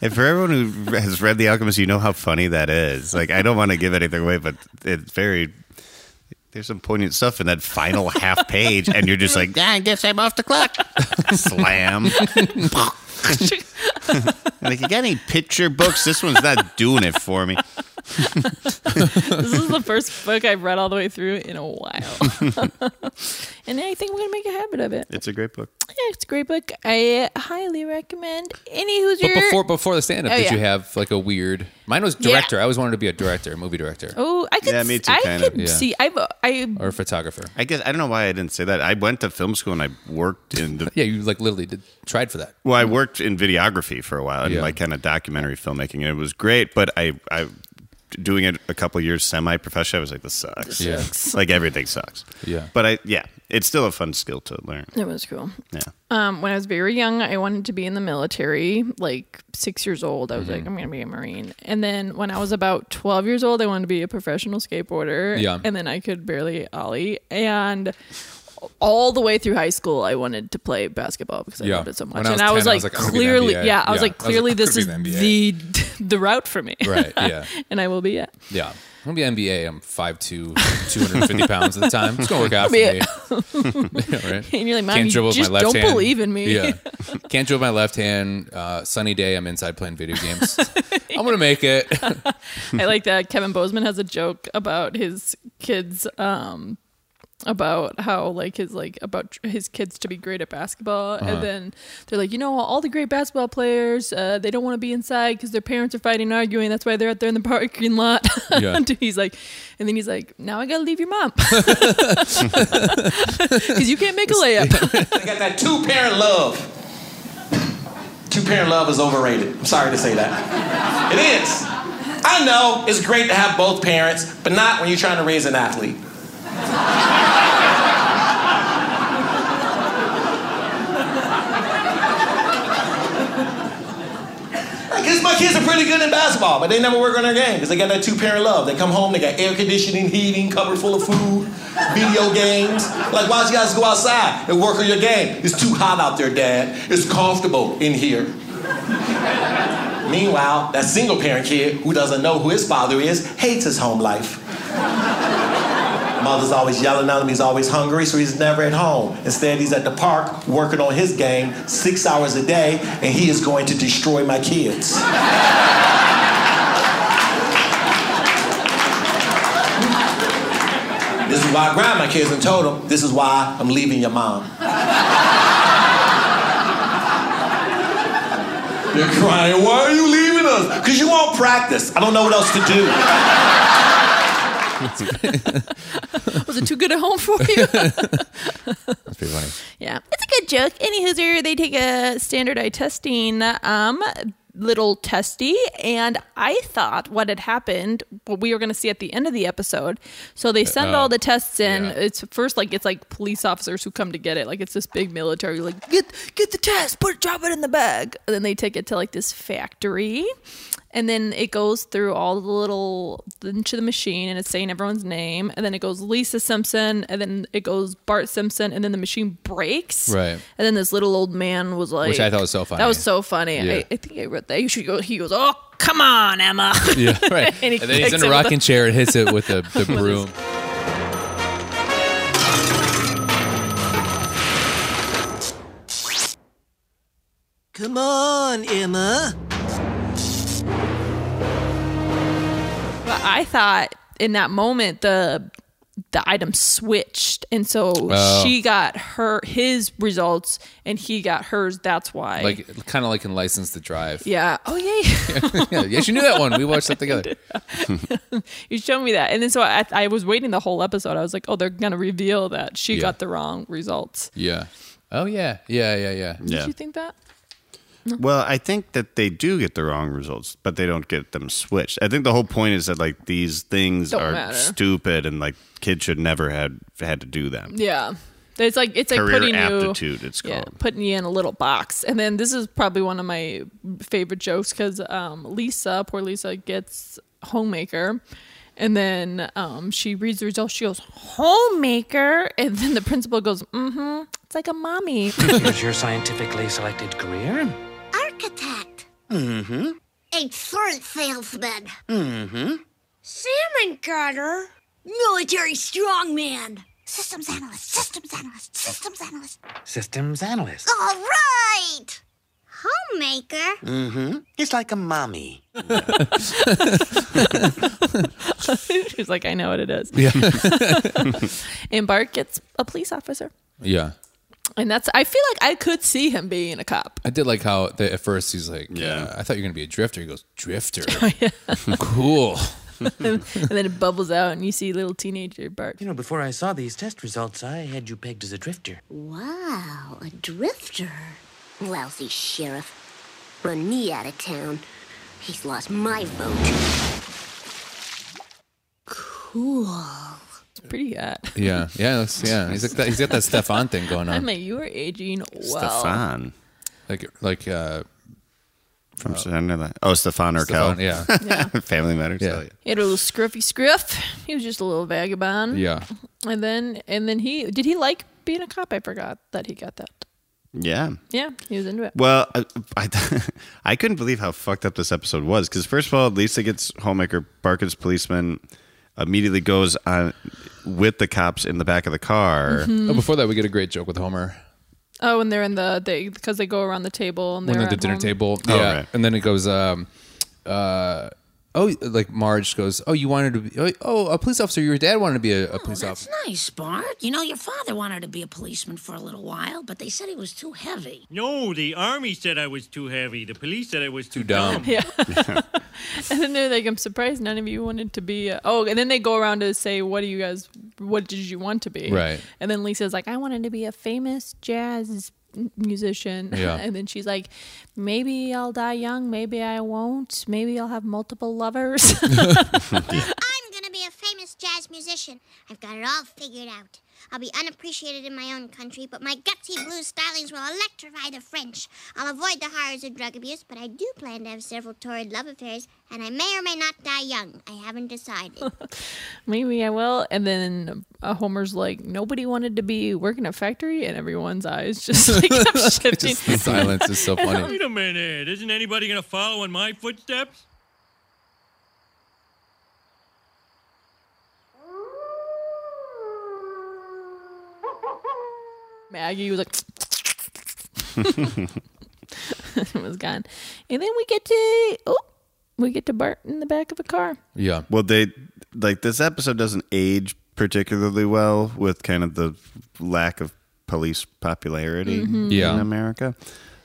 Speaker 3: and for everyone who has read the alchemist you know how funny that is like i don't want to give anything away but it's very there's some poignant stuff in that final half page and you're just like yeah i guess i'm off the clock [laughs] slam [laughs] like you got any picture books this one's not doing it for me
Speaker 2: this is the first book I've read all the way through in a
Speaker 1: [laughs]
Speaker 2: while, and I think we're gonna make a habit of it.
Speaker 3: it's a great book
Speaker 2: Yeah, it's a great book. I highly recommend. Any who's
Speaker 1: But
Speaker 2: your
Speaker 1: before before the stand up,
Speaker 2: Oh,
Speaker 1: did
Speaker 2: yeah.
Speaker 1: you have like a weird? Mine was
Speaker 2: Yeah.
Speaker 1: director. I always wanted to be a director, a movie director
Speaker 2: oh, I could
Speaker 3: Yeah, me too,
Speaker 2: I
Speaker 3: kind
Speaker 2: could
Speaker 1: of. Yeah.
Speaker 2: see I've I
Speaker 1: or a photographer.
Speaker 3: i guess i don't know why i didn't say that i went to film school and i worked in the
Speaker 1: Yeah, you like literally did tried for that.
Speaker 3: Well, I worked in videography for a while and
Speaker 1: Yeah.
Speaker 3: like kind of documentary filmmaking, and it was great. But I, I doing it a couple years semi professional, I was like, this sucks.
Speaker 1: This Yeah. sucks.
Speaker 3: like everything sucks.
Speaker 1: Yeah.
Speaker 3: but I, yeah, it's still a fun skill to learn.
Speaker 2: it was cool.
Speaker 3: Yeah,
Speaker 2: Um, when I was very young, I wanted to be in the military. Like six years old, I was
Speaker 1: Mm-hmm.
Speaker 2: like, I'm going to be a Marine. And then when I was about 12 years old, I wanted to be a professional skateboarder.
Speaker 1: Yeah.
Speaker 2: And then I could barely Ollie. And all the way through high school, I wanted to play basketball because I
Speaker 1: Yeah.
Speaker 2: loved it so much.
Speaker 1: When I was
Speaker 2: and I was
Speaker 1: 10, I
Speaker 2: like,
Speaker 1: was like, I'm gonna be the
Speaker 2: clearly,
Speaker 1: NBA.
Speaker 2: yeah, I was like,
Speaker 1: Yeah. I was like,
Speaker 2: clearly,
Speaker 1: I'm
Speaker 2: this is
Speaker 1: gonna be the
Speaker 2: the, the [laughs] route for me.
Speaker 1: Right. Yeah.
Speaker 2: [laughs] and I will be it.
Speaker 1: Yeah. I'm gonna be NBA. I'm 5'2",
Speaker 2: [laughs]
Speaker 1: 250 pounds at the time. It's gonna work out for
Speaker 2: Yeah.
Speaker 1: me.
Speaker 2: [laughs]
Speaker 1: Yeah, right?
Speaker 2: And you're like, Mom, you just don't believe in me. [laughs]
Speaker 1: Yeah. Can't dribble with my left hand. Uh, sunny day. I'm inside playing video games. I'm gonna make
Speaker 2: [laughs]
Speaker 1: it.
Speaker 2: I like that Kevin Bozeman has a joke about his kids um about how like his like about tr- his kids to be great at basketball and then they're like you know all the great basketball players uh, they don't want to be inside because their parents are fighting and arguing that's why they're out there in the parking lot [laughs]
Speaker 1: Yeah.
Speaker 2: and he's like and then he's like now i gotta leave your mom [laughs] because you can't make a layup
Speaker 8: They got that two parent love. Two parent love is overrated. I'm sorry to say that. It is. I know it's great to have both parents, but not when you're trying to raise an athlete. Like, 'cause my kids are pretty good in basketball, but they never work on their game because they got that two parent love. They come home, they got air conditioning, heating, cupboard full of food, video games. Like, why don't you guys go outside and work on your game? It's too hot out there, Dad. It's comfortable in here. Meanwhile, that single parent kid who doesn't know who his father is hates his home life. Mother's always yelling at him, he's always hungry, so he's never at home. Instead, he's at the park working on his game six hours a day, and he is going to destroy my kids. [laughs] This is why I grabbed my kids and told them, this is why I'm leaving your mom. [laughs] They're crying, why are you leaving us? Because you won't practice. I don't know what else to do.
Speaker 2: [laughs] Was it too good a home for you? [laughs]
Speaker 1: That's pretty funny.
Speaker 2: Yeah, it's a good joke. Any hooser, they take a standard eye testing, um, little testy, and I thought what had happened, what we were going to see at the end of the episode. So they send all the tests in.
Speaker 1: Uh, yeah.
Speaker 2: It's first like it's like police officers who come to get it. Like it's this big military, like get get the test, put drop it in the bag, and then they take it to like this factory. And then it goes through all the little into the machine and it's saying everyone's name. And then it goes Lisa Simpson. And then it goes Bart Simpson. And then the machine breaks.
Speaker 1: Right.
Speaker 2: And then this little old man was like,
Speaker 1: Which I thought was so funny.
Speaker 2: That was so funny.
Speaker 1: Yeah.
Speaker 2: I, I think I wrote that. You should go. He goes, oh come on, Emma. [laughs]
Speaker 1: Yeah, [laughs] right.
Speaker 2: And
Speaker 1: and,
Speaker 2: he
Speaker 1: then he's
Speaker 2: kicks
Speaker 1: in a
Speaker 2: it with
Speaker 1: rocking chair and hits it
Speaker 2: [laughs]
Speaker 1: with the, the broom.
Speaker 9: Come on, Emma.
Speaker 2: but I thought in that moment the the item switched, and so
Speaker 1: Oh.
Speaker 2: she got her his results and he got hers. That's why.
Speaker 1: Like kind of like in License to Drive.
Speaker 2: yeah. Oh yeah.
Speaker 1: [laughs] Yeah, yes, you knew that one. We watched that together.
Speaker 2: [laughs] You showed me that, and then so I, I was waiting the whole episode. I was like, "Oh, they're gonna reveal that she
Speaker 1: Yeah.
Speaker 2: got the wrong results."
Speaker 1: Yeah. Oh yeah. Yeah yeah yeah.
Speaker 2: Did
Speaker 3: Yeah.
Speaker 2: you think that?
Speaker 3: Well, I think that they do get the wrong results, but they don't get them switched. I think the whole point is that like these things
Speaker 2: Don't
Speaker 3: are
Speaker 2: matter.
Speaker 3: stupid and like kids should never had had to do them.
Speaker 2: Yeah, it's like it's like
Speaker 3: Career
Speaker 2: putting
Speaker 3: aptitude,
Speaker 2: you,
Speaker 3: it's
Speaker 2: yeah,
Speaker 3: called.
Speaker 2: putting you in a little box. And then this is probably one of my favorite jokes because um, Lisa, poor Lisa, gets homemaker. And then um, she reads the results. She goes, "Homemaker," and then the principal goes, "Mm-hmm." It's like a mommy. [laughs]
Speaker 10: Here's your scientifically selected career.
Speaker 6: Architect. Mm-hmm. Insurance salesman. Mm-hmm. Salmon cutter. Military strongman. Systems analyst. Systems analyst. Systems analyst.
Speaker 10: Systems analyst.
Speaker 6: All right. Homemaker.
Speaker 10: It's like a mommy.
Speaker 2: She's like, "I know what it is." Yeah. [laughs] and Bart gets a police officer,
Speaker 1: Yeah.
Speaker 2: and that's. I feel like I could see him being a cop. [laughs]
Speaker 1: I did like how they, at first he's like,
Speaker 3: Yeah.
Speaker 1: "Yeah, I thought you were gonna be a drifter." He goes, "Drifter, cool."
Speaker 2: and then it bubbles out, and you see little teenager Bart.
Speaker 10: You know, before I saw these test results, I had you pegged as a drifter.
Speaker 6: Wow, a drifter. Lousy sheriff. Run me out of town. He's lost my vote. Cool.
Speaker 2: It's pretty hot.
Speaker 1: Yeah, yeah, that's, [laughs] yeah. He's like that, he's got that Stefan thing going
Speaker 2: I
Speaker 1: on,
Speaker 2: mean, you are aging well.
Speaker 3: Stefan
Speaker 1: like like uh,
Speaker 3: from Stefan. Oh, Stefan or
Speaker 1: Stefan,
Speaker 3: Cal.
Speaker 1: yeah,
Speaker 3: [laughs] Family Matters. Oh,
Speaker 1: Yeah.
Speaker 3: hell Yeah.
Speaker 2: He had a little scruffy scruff. He was just a little vagabond.
Speaker 1: yeah.
Speaker 2: And then, and then he did he like being a cop? I forgot that he got that.
Speaker 3: yeah.
Speaker 2: Yeah, he was into it.
Speaker 3: Well, I, [laughs] I, I couldn't believe how fucked up this episode was because first of all, Lisa gets homemaker, Barkins policeman, immediately goes on with the cops in the back of the car.
Speaker 1: Oh, before that, we get a great joke with Homer
Speaker 2: Oh, and they're in the they because they go around the table and they're
Speaker 1: when they're at the
Speaker 2: at
Speaker 1: dinner
Speaker 2: home.
Speaker 1: table.
Speaker 3: Oh,
Speaker 1: yeah,
Speaker 3: right.
Speaker 1: and then it goes, um, uh, "Oh, like Marge goes, oh, you wanted to be, oh, oh, a police officer. Your dad wanted to be a, a
Speaker 6: Oh,
Speaker 1: police officer."
Speaker 6: Nice, Bart. You know, your father wanted to be a policeman for a little while, but they said he was too heavy.
Speaker 11: No, the army said I was too heavy. The police said I was too,
Speaker 1: Too dumb.
Speaker 2: [laughs]
Speaker 1: [laughs]
Speaker 2: And then they're like, "I'm surprised none of you wanted to be." A, oh, and then they go around to say, "What do you guys? What did you want to be?"
Speaker 1: Right.
Speaker 2: And then Lisa's like, "I wanted to be a famous jazz musician." [laughs]
Speaker 1: Yeah.
Speaker 2: and then she's like, "Maybe I'll die young. Maybe I won't. Maybe I'll have multiple lovers."
Speaker 6: I'm gonna be a famous jazz musician. I've got it all figured out. I'll be unappreciated in my own country, but my gutsy blues stylings will electrify the French. I'll avoid the horrors of drug abuse, but I do plan to have several torrid love affairs, and I may or may not die young. I haven't decided.
Speaker 2: Maybe I will. And then uh, Homer's like, nobody wanted to be working at a factory, and everyone's eyes [laughs] just like kept shifting.
Speaker 1: Just the silence is so funny.
Speaker 11: Wait a minute. Isn't anybody going to follow in my footsteps?
Speaker 2: Maggie was like, [laughs] it was gone. And then we get to, oh, we get to Bart in the back of a car.
Speaker 1: Yeah.
Speaker 3: Well, they like this episode doesn't age particularly well with kind of the lack of police popularity
Speaker 1: Mhm. Yeah.
Speaker 3: in America.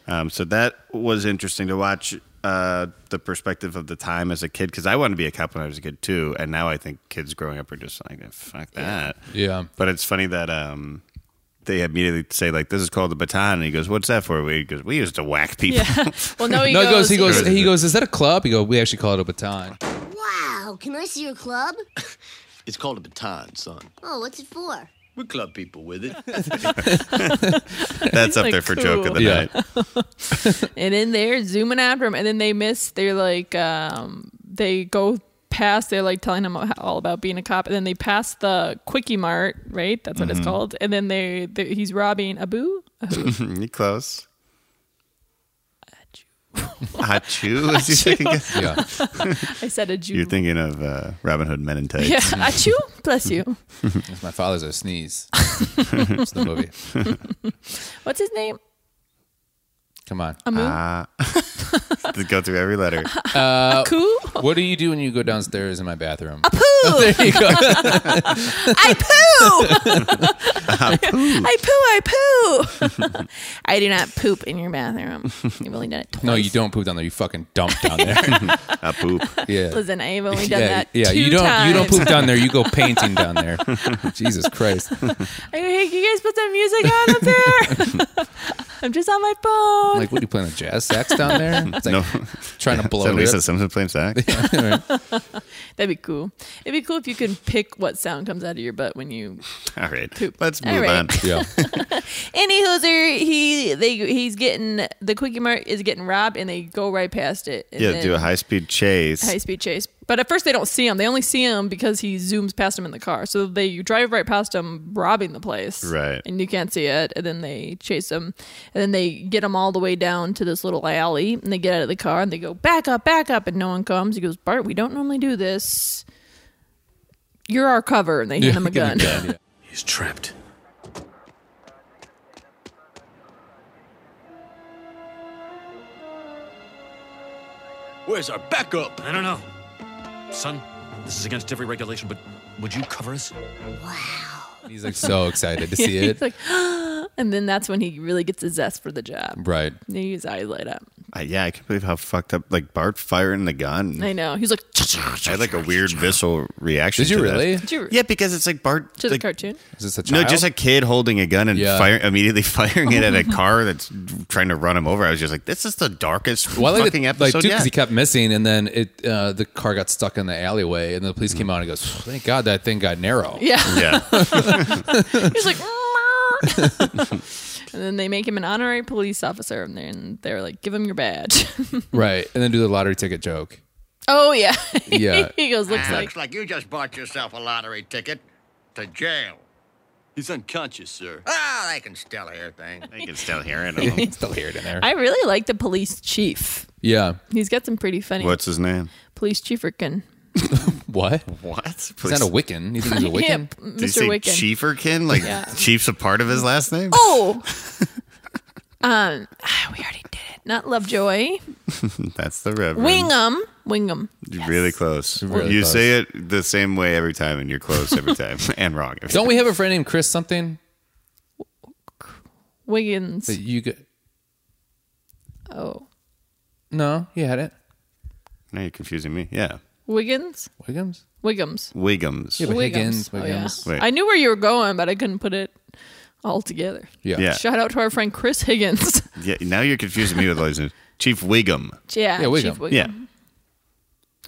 Speaker 3: Um, so that was interesting to watch uh, the perspective of the time as a kid because I wanted to be a cop when I was a kid too, and now I think kids growing up are just like "Eh, fuck that.
Speaker 1: Yeah.
Speaker 3: But it's funny that um, they immediately say like this is called the baton, and he goes, "What's that for?" We goes, "We used
Speaker 1: [laughs]
Speaker 3: to whack people."
Speaker 2: Yeah. Well, no, he
Speaker 1: no,
Speaker 2: goes,
Speaker 1: he goes. He goes. Is that a club? He goes. We actually call it a baton.
Speaker 6: [laughs] Wow, can I see your [laughs] club?
Speaker 12: It's called a baton, son.
Speaker 6: Oh, what's it for?
Speaker 12: We club people with it.
Speaker 3: That's up there for joke of the
Speaker 1: Yeah.
Speaker 3: [laughs] night.
Speaker 2: and then they're zooming after him, and then they miss. They're like, um, they go past. They're like telling him all about being a cop, and then they pass the quickie mart, right? That's what it's
Speaker 3: Mhm.
Speaker 2: called. And then they, they he's robbing Abu.
Speaker 3: Mm, you close. Achoo. Achoo. Is
Speaker 1: [laughs]
Speaker 3: he thinking?
Speaker 2: I said a Jew.
Speaker 3: You're thinking of uh, Robin Hood Men in Tights.
Speaker 2: yeah, Achu, bless you.
Speaker 1: It's my father's
Speaker 2: [laughs]
Speaker 1: a sneeze. it's the movie.
Speaker 2: What's his name?
Speaker 1: Come on.
Speaker 2: Amu?
Speaker 3: to go through
Speaker 1: [laughs]
Speaker 3: every letter.
Speaker 1: Uh, [laughs]
Speaker 2: Cool.
Speaker 1: What do you do when you go downstairs in my bathroom? A
Speaker 2: poo.
Speaker 1: there you go.
Speaker 2: I
Speaker 3: [laughs]
Speaker 2: poo. I poo. [laughs] I poo. I do not poop in your bathroom. You've only done it twice.
Speaker 1: No, you don't poop down there. You fucking dump
Speaker 2: [laughs]
Speaker 1: down there. [laughs] I
Speaker 3: poop.
Speaker 1: Yeah.
Speaker 2: Listen, I've only done
Speaker 1: yeah,
Speaker 2: that.
Speaker 1: Yeah,
Speaker 2: two
Speaker 1: you don't. You don't poop
Speaker 2: times.
Speaker 1: down there. You go painting
Speaker 2: [laughs]
Speaker 1: down there. [laughs] Jesus Christ.
Speaker 2: I go, hey, can you guys put some music on up there? [laughs] I'm just on my phone.
Speaker 1: I'm like, what are you playing a jazz sax down
Speaker 2: [laughs]
Speaker 1: there? It's like
Speaker 3: No.
Speaker 1: trying to
Speaker 3: Is
Speaker 1: blow
Speaker 3: that
Speaker 1: it.
Speaker 3: Lisa
Speaker 1: up.
Speaker 3: Simpson playing sax?
Speaker 2: That'd be cool. It'd be cool if you could pick what sound comes out of your butt when you
Speaker 3: All right.
Speaker 2: poop.
Speaker 3: Let's
Speaker 2: All
Speaker 3: move
Speaker 2: right.
Speaker 3: on.
Speaker 2: [laughs]
Speaker 1: Yeah.
Speaker 2: Any hooser, he they he's getting the quickie mart is getting robbed, and they go right past it. and
Speaker 3: [laughs] yeah,
Speaker 2: then
Speaker 3: do a high speed chase.
Speaker 2: high speed chase. But at first they don't see him. They only see him because he zooms past him in the car. So they drive right past him, robbing the place.
Speaker 3: Right.
Speaker 2: And you can't see it. And then they chase him. And then they get him all the way down to this little alley. And they get out of the car and they go, back up, back up. And no one comes. He goes, Bart, we don't normally do this. You're our cover. And they hand him
Speaker 3: [laughs]
Speaker 2: a gun.
Speaker 12: He's trapped. Where's our backup?
Speaker 11: I don't know. Son, this is against every regulation, but would you cover us?
Speaker 1: He's like so
Speaker 2: [laughs]
Speaker 1: excited to
Speaker 2: Yeah,
Speaker 1: see
Speaker 2: he's
Speaker 1: it.
Speaker 2: like, [gasps] and then that's when he really gets his zest for the job.
Speaker 1: right.
Speaker 2: And His eyes light up.
Speaker 3: Uh, yeah, I can't believe how fucked up. Like Bart firing the gun.
Speaker 2: I know. He's like, [laughs]
Speaker 3: I had like a weird visceral reaction.
Speaker 1: Did you
Speaker 3: to that.
Speaker 1: really?
Speaker 2: Did you-
Speaker 3: Yeah, because it's like Bart.
Speaker 2: to the
Speaker 3: like,
Speaker 2: cartoon.
Speaker 1: Is this a
Speaker 3: No,
Speaker 1: child?
Speaker 3: just a kid holding a gun and
Speaker 1: Yeah.
Speaker 3: fire, immediately [laughs] firing it at
Speaker 2: [laughs]
Speaker 3: a car that's trying to run him over. I was just like, this is the darkest
Speaker 1: Well, I like,
Speaker 3: fucking
Speaker 1: the, like
Speaker 3: episode
Speaker 1: too,
Speaker 3: yet.
Speaker 1: because he kept missing, and then it uh, the car got stuck in the alleyway, and the police came out and goes, "Thank God that thing got
Speaker 2: [laughs]
Speaker 1: narrow."
Speaker 2: Yeah.
Speaker 3: [laughs]
Speaker 1: [laughs]
Speaker 3: yeah.
Speaker 2: He's like, "Mm." and then they make him an honorary police officer, and then they're like, give him your badge. [laughs]
Speaker 1: Right, and then do the lottery ticket joke.
Speaker 2: oh yeah,
Speaker 1: Yeah.
Speaker 2: [laughs] he goes, looks
Speaker 12: Ah,
Speaker 2: like
Speaker 12: looks like you
Speaker 3: [laughs]
Speaker 12: just bought yourself a lottery ticket to jail. He's unconscious, sir. Ah, they can still hear things.
Speaker 3: I can still hear it.
Speaker 2: [laughs]
Speaker 3: I don't know.
Speaker 1: Still hear it in there.
Speaker 2: I really like the police chief.
Speaker 1: yeah.
Speaker 2: He's got some pretty funny
Speaker 3: What's his name?
Speaker 2: police chieferkin.
Speaker 1: What?
Speaker 3: What?
Speaker 1: He's not a
Speaker 2: [laughs]
Speaker 1: Wiccan. You think he's a
Speaker 2: Yeah,
Speaker 1: Wiccan?
Speaker 3: Did you
Speaker 2: Mr.
Speaker 3: say
Speaker 2: Wiccan.
Speaker 3: Chieferkin? Like
Speaker 2: Yeah.
Speaker 3: Chief's a part of his last name?
Speaker 2: Oh, um, ah, we already did it. Not Lovejoy,
Speaker 3: That's the Reverend.
Speaker 2: Wingham, Wingham.
Speaker 3: You're Really close.
Speaker 1: Really
Speaker 3: you
Speaker 1: close.
Speaker 3: say it the same way every time, and you're close
Speaker 2: [laughs]
Speaker 3: every time, and wrong. Every
Speaker 1: Don't we have a friend named Chris something?
Speaker 2: Wiggins.
Speaker 1: That you go-
Speaker 2: Oh,
Speaker 1: no, you had it.
Speaker 3: Now you're confusing me. Yeah,
Speaker 2: Wiggins,
Speaker 1: Wiggums.
Speaker 2: Wiggums,
Speaker 3: Wiggums.
Speaker 1: Yeah, but Higgins.
Speaker 2: Oh, yeah.
Speaker 1: Wiggums.
Speaker 3: Wait.
Speaker 2: I knew where you were going, but I couldn't put it all together.
Speaker 1: Yeah.
Speaker 3: Yeah.
Speaker 2: Shout out to our friend Chris
Speaker 3: [laughs]
Speaker 2: Higgins.
Speaker 3: Yeah, now you're confusing me with all these names. Chief Wiggum.
Speaker 2: yeah,
Speaker 1: Yeah, Wiggum.
Speaker 2: Chief Wiggum.
Speaker 3: Yeah,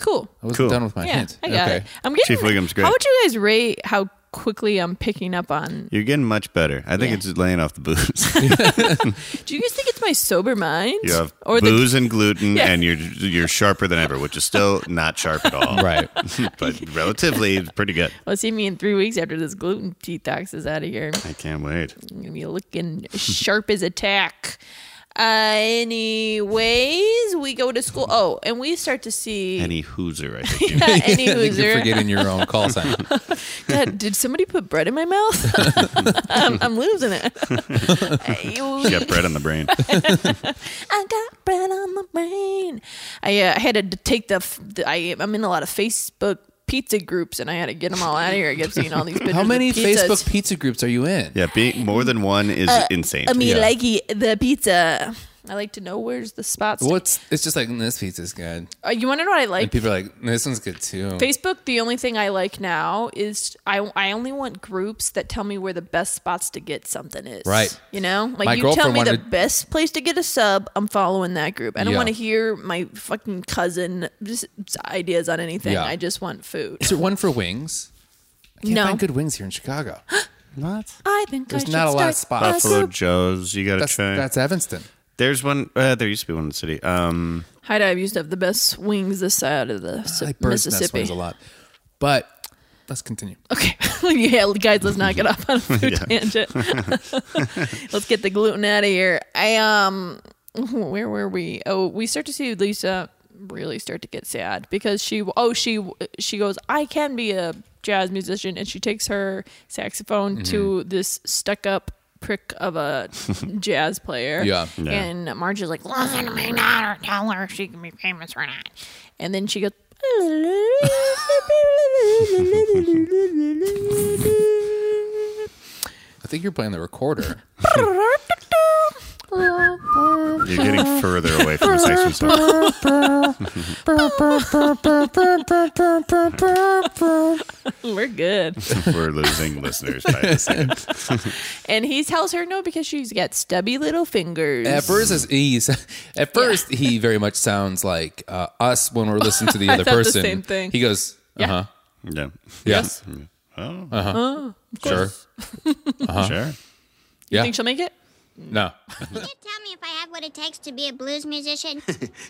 Speaker 2: Cool.
Speaker 1: I wasn't
Speaker 3: Cool.
Speaker 1: done with my
Speaker 2: yeah,
Speaker 1: hint.
Speaker 2: I got
Speaker 1: okay.
Speaker 2: it. I'm getting.
Speaker 3: Chief Wiggum's great.
Speaker 2: How would you guys rate how quickly I'm picking up on?
Speaker 3: you're getting much better. I think
Speaker 2: Yeah.
Speaker 3: it's just laying off
Speaker 2: [laughs]
Speaker 3: the booze.
Speaker 2: Do you guys think it's my sober mind?
Speaker 3: you have
Speaker 2: or the
Speaker 3: booze and gluten,
Speaker 2: Yeah.
Speaker 3: and you're you're sharper than ever, which
Speaker 2: [laughs]
Speaker 3: is still not sharp at
Speaker 1: [laughs]
Speaker 3: all.
Speaker 1: Right.
Speaker 3: [laughs] but relatively it's pretty good.
Speaker 2: well, see me in three weeks after this gluten detox is out of here.
Speaker 3: I can't wait. [laughs]
Speaker 2: I'm gonna be looking sharp as a tack. Uh, Anyways, we go to school. Oh, and we start to see.
Speaker 3: [laughs] Any Hooser, I think.
Speaker 2: yeah, [laughs]
Speaker 3: [laughs]
Speaker 2: any
Speaker 1: I think
Speaker 2: loser.
Speaker 1: you're forgetting your own call sign.
Speaker 2: [laughs] God, did somebody put bread in my mouth?
Speaker 3: [laughs]
Speaker 2: [laughs] I'm, I'm losing it. [laughs]
Speaker 3: She got bread on the brain.
Speaker 2: I got bread on the brain. I, uh, I had to d- take the, f- the I, I'm in a lot of Facebook pizza groups, and I had to get them all out of here. I kept seeing all these pictures.
Speaker 1: How
Speaker 2: of
Speaker 1: many
Speaker 2: pizzas.
Speaker 1: Facebook pizza groups are you in?
Speaker 3: Yeah, being more than one is
Speaker 2: Uh,
Speaker 3: insane.
Speaker 2: I mean, like e- the pizza. I like to know where's the spots. to-
Speaker 1: What's it's just like "Mm, this pizza's good.
Speaker 2: Uh, you want to know what I
Speaker 1: And
Speaker 2: like?
Speaker 1: people are like, "Mm, this one's good too.
Speaker 2: Facebook, the only thing I like now is I, I only want groups that tell me where the best spots to get something is.
Speaker 1: Right.
Speaker 2: You know, like
Speaker 1: My
Speaker 2: you tell
Speaker 1: girlfriend
Speaker 2: me the
Speaker 1: wanted-
Speaker 2: best place to get a sub, I'm following that group. I don't
Speaker 1: Yeah.
Speaker 2: want to hear my fucking cousin just ideas on anything.
Speaker 1: Yeah.
Speaker 2: I just want food.
Speaker 1: Is there one for wings? I can't
Speaker 2: No.
Speaker 1: find good wings here in
Speaker 2: [gasps]
Speaker 1: Chicago.
Speaker 3: What?
Speaker 2: I think I
Speaker 1: There's
Speaker 2: should
Speaker 1: not a lot
Speaker 2: start
Speaker 1: of spots.
Speaker 2: a
Speaker 3: Buffalo
Speaker 2: group.
Speaker 3: Joe's, you got to
Speaker 1: That's,
Speaker 3: try.
Speaker 1: that's Evanston.
Speaker 3: There's one. Uh, there used to be one in the city. Um,
Speaker 2: Hi, I've used up the best wings this side of the si-
Speaker 1: I like bird's nest
Speaker 2: Mississippi.
Speaker 1: wings a lot. But
Speaker 2: [laughs]
Speaker 1: let's continue.
Speaker 2: Okay, yeah, guys, let's
Speaker 1: [laughs]
Speaker 2: not get off on a food
Speaker 1: Yeah.
Speaker 2: tangent. let's get the gluten out of here. I um, [laughs] where were we? Oh, we start to see Lisa really start to get sad because she oh she she goes I can be a jazz musician and she takes her saxophone
Speaker 13: Mm-hmm.
Speaker 2: to this stuck up prick of
Speaker 13: [laughs]
Speaker 2: a jazz player.
Speaker 13: Yeah. Yeah.
Speaker 2: and Marge is like, listen to me now or tell her she can be famous or not. And then
Speaker 13: [laughs]
Speaker 2: she goes. [laughs]
Speaker 1: I think you're playing
Speaker 2: [laughs]
Speaker 1: the recorder.
Speaker 3: you're
Speaker 1: [laughs]
Speaker 3: getting further away from the section. sorry.
Speaker 2: [laughs] We're good.
Speaker 3: We're losing listeners by the second.
Speaker 2: And he tells her no because she's got stubby little fingers.
Speaker 1: [laughs] At first, it's- he's, at first he very much sounds like uh, us when we're listening to the
Speaker 2: [laughs] I
Speaker 1: other
Speaker 2: thought the
Speaker 1: person.
Speaker 2: same thing.
Speaker 1: He goes, uh
Speaker 2: Yeah.
Speaker 1: huh.
Speaker 3: [laughs] Yeah.
Speaker 1: Yes.
Speaker 3: Oh.
Speaker 1: Uh-huh.
Speaker 2: Oh, of
Speaker 1: sure.
Speaker 2: course.
Speaker 1: uh-huh.
Speaker 3: Sure.
Speaker 2: You
Speaker 1: Yeah.
Speaker 2: think she'll make it? [laughs]
Speaker 1: No.
Speaker 6: Tell me if I have what it takes to be a blues musician.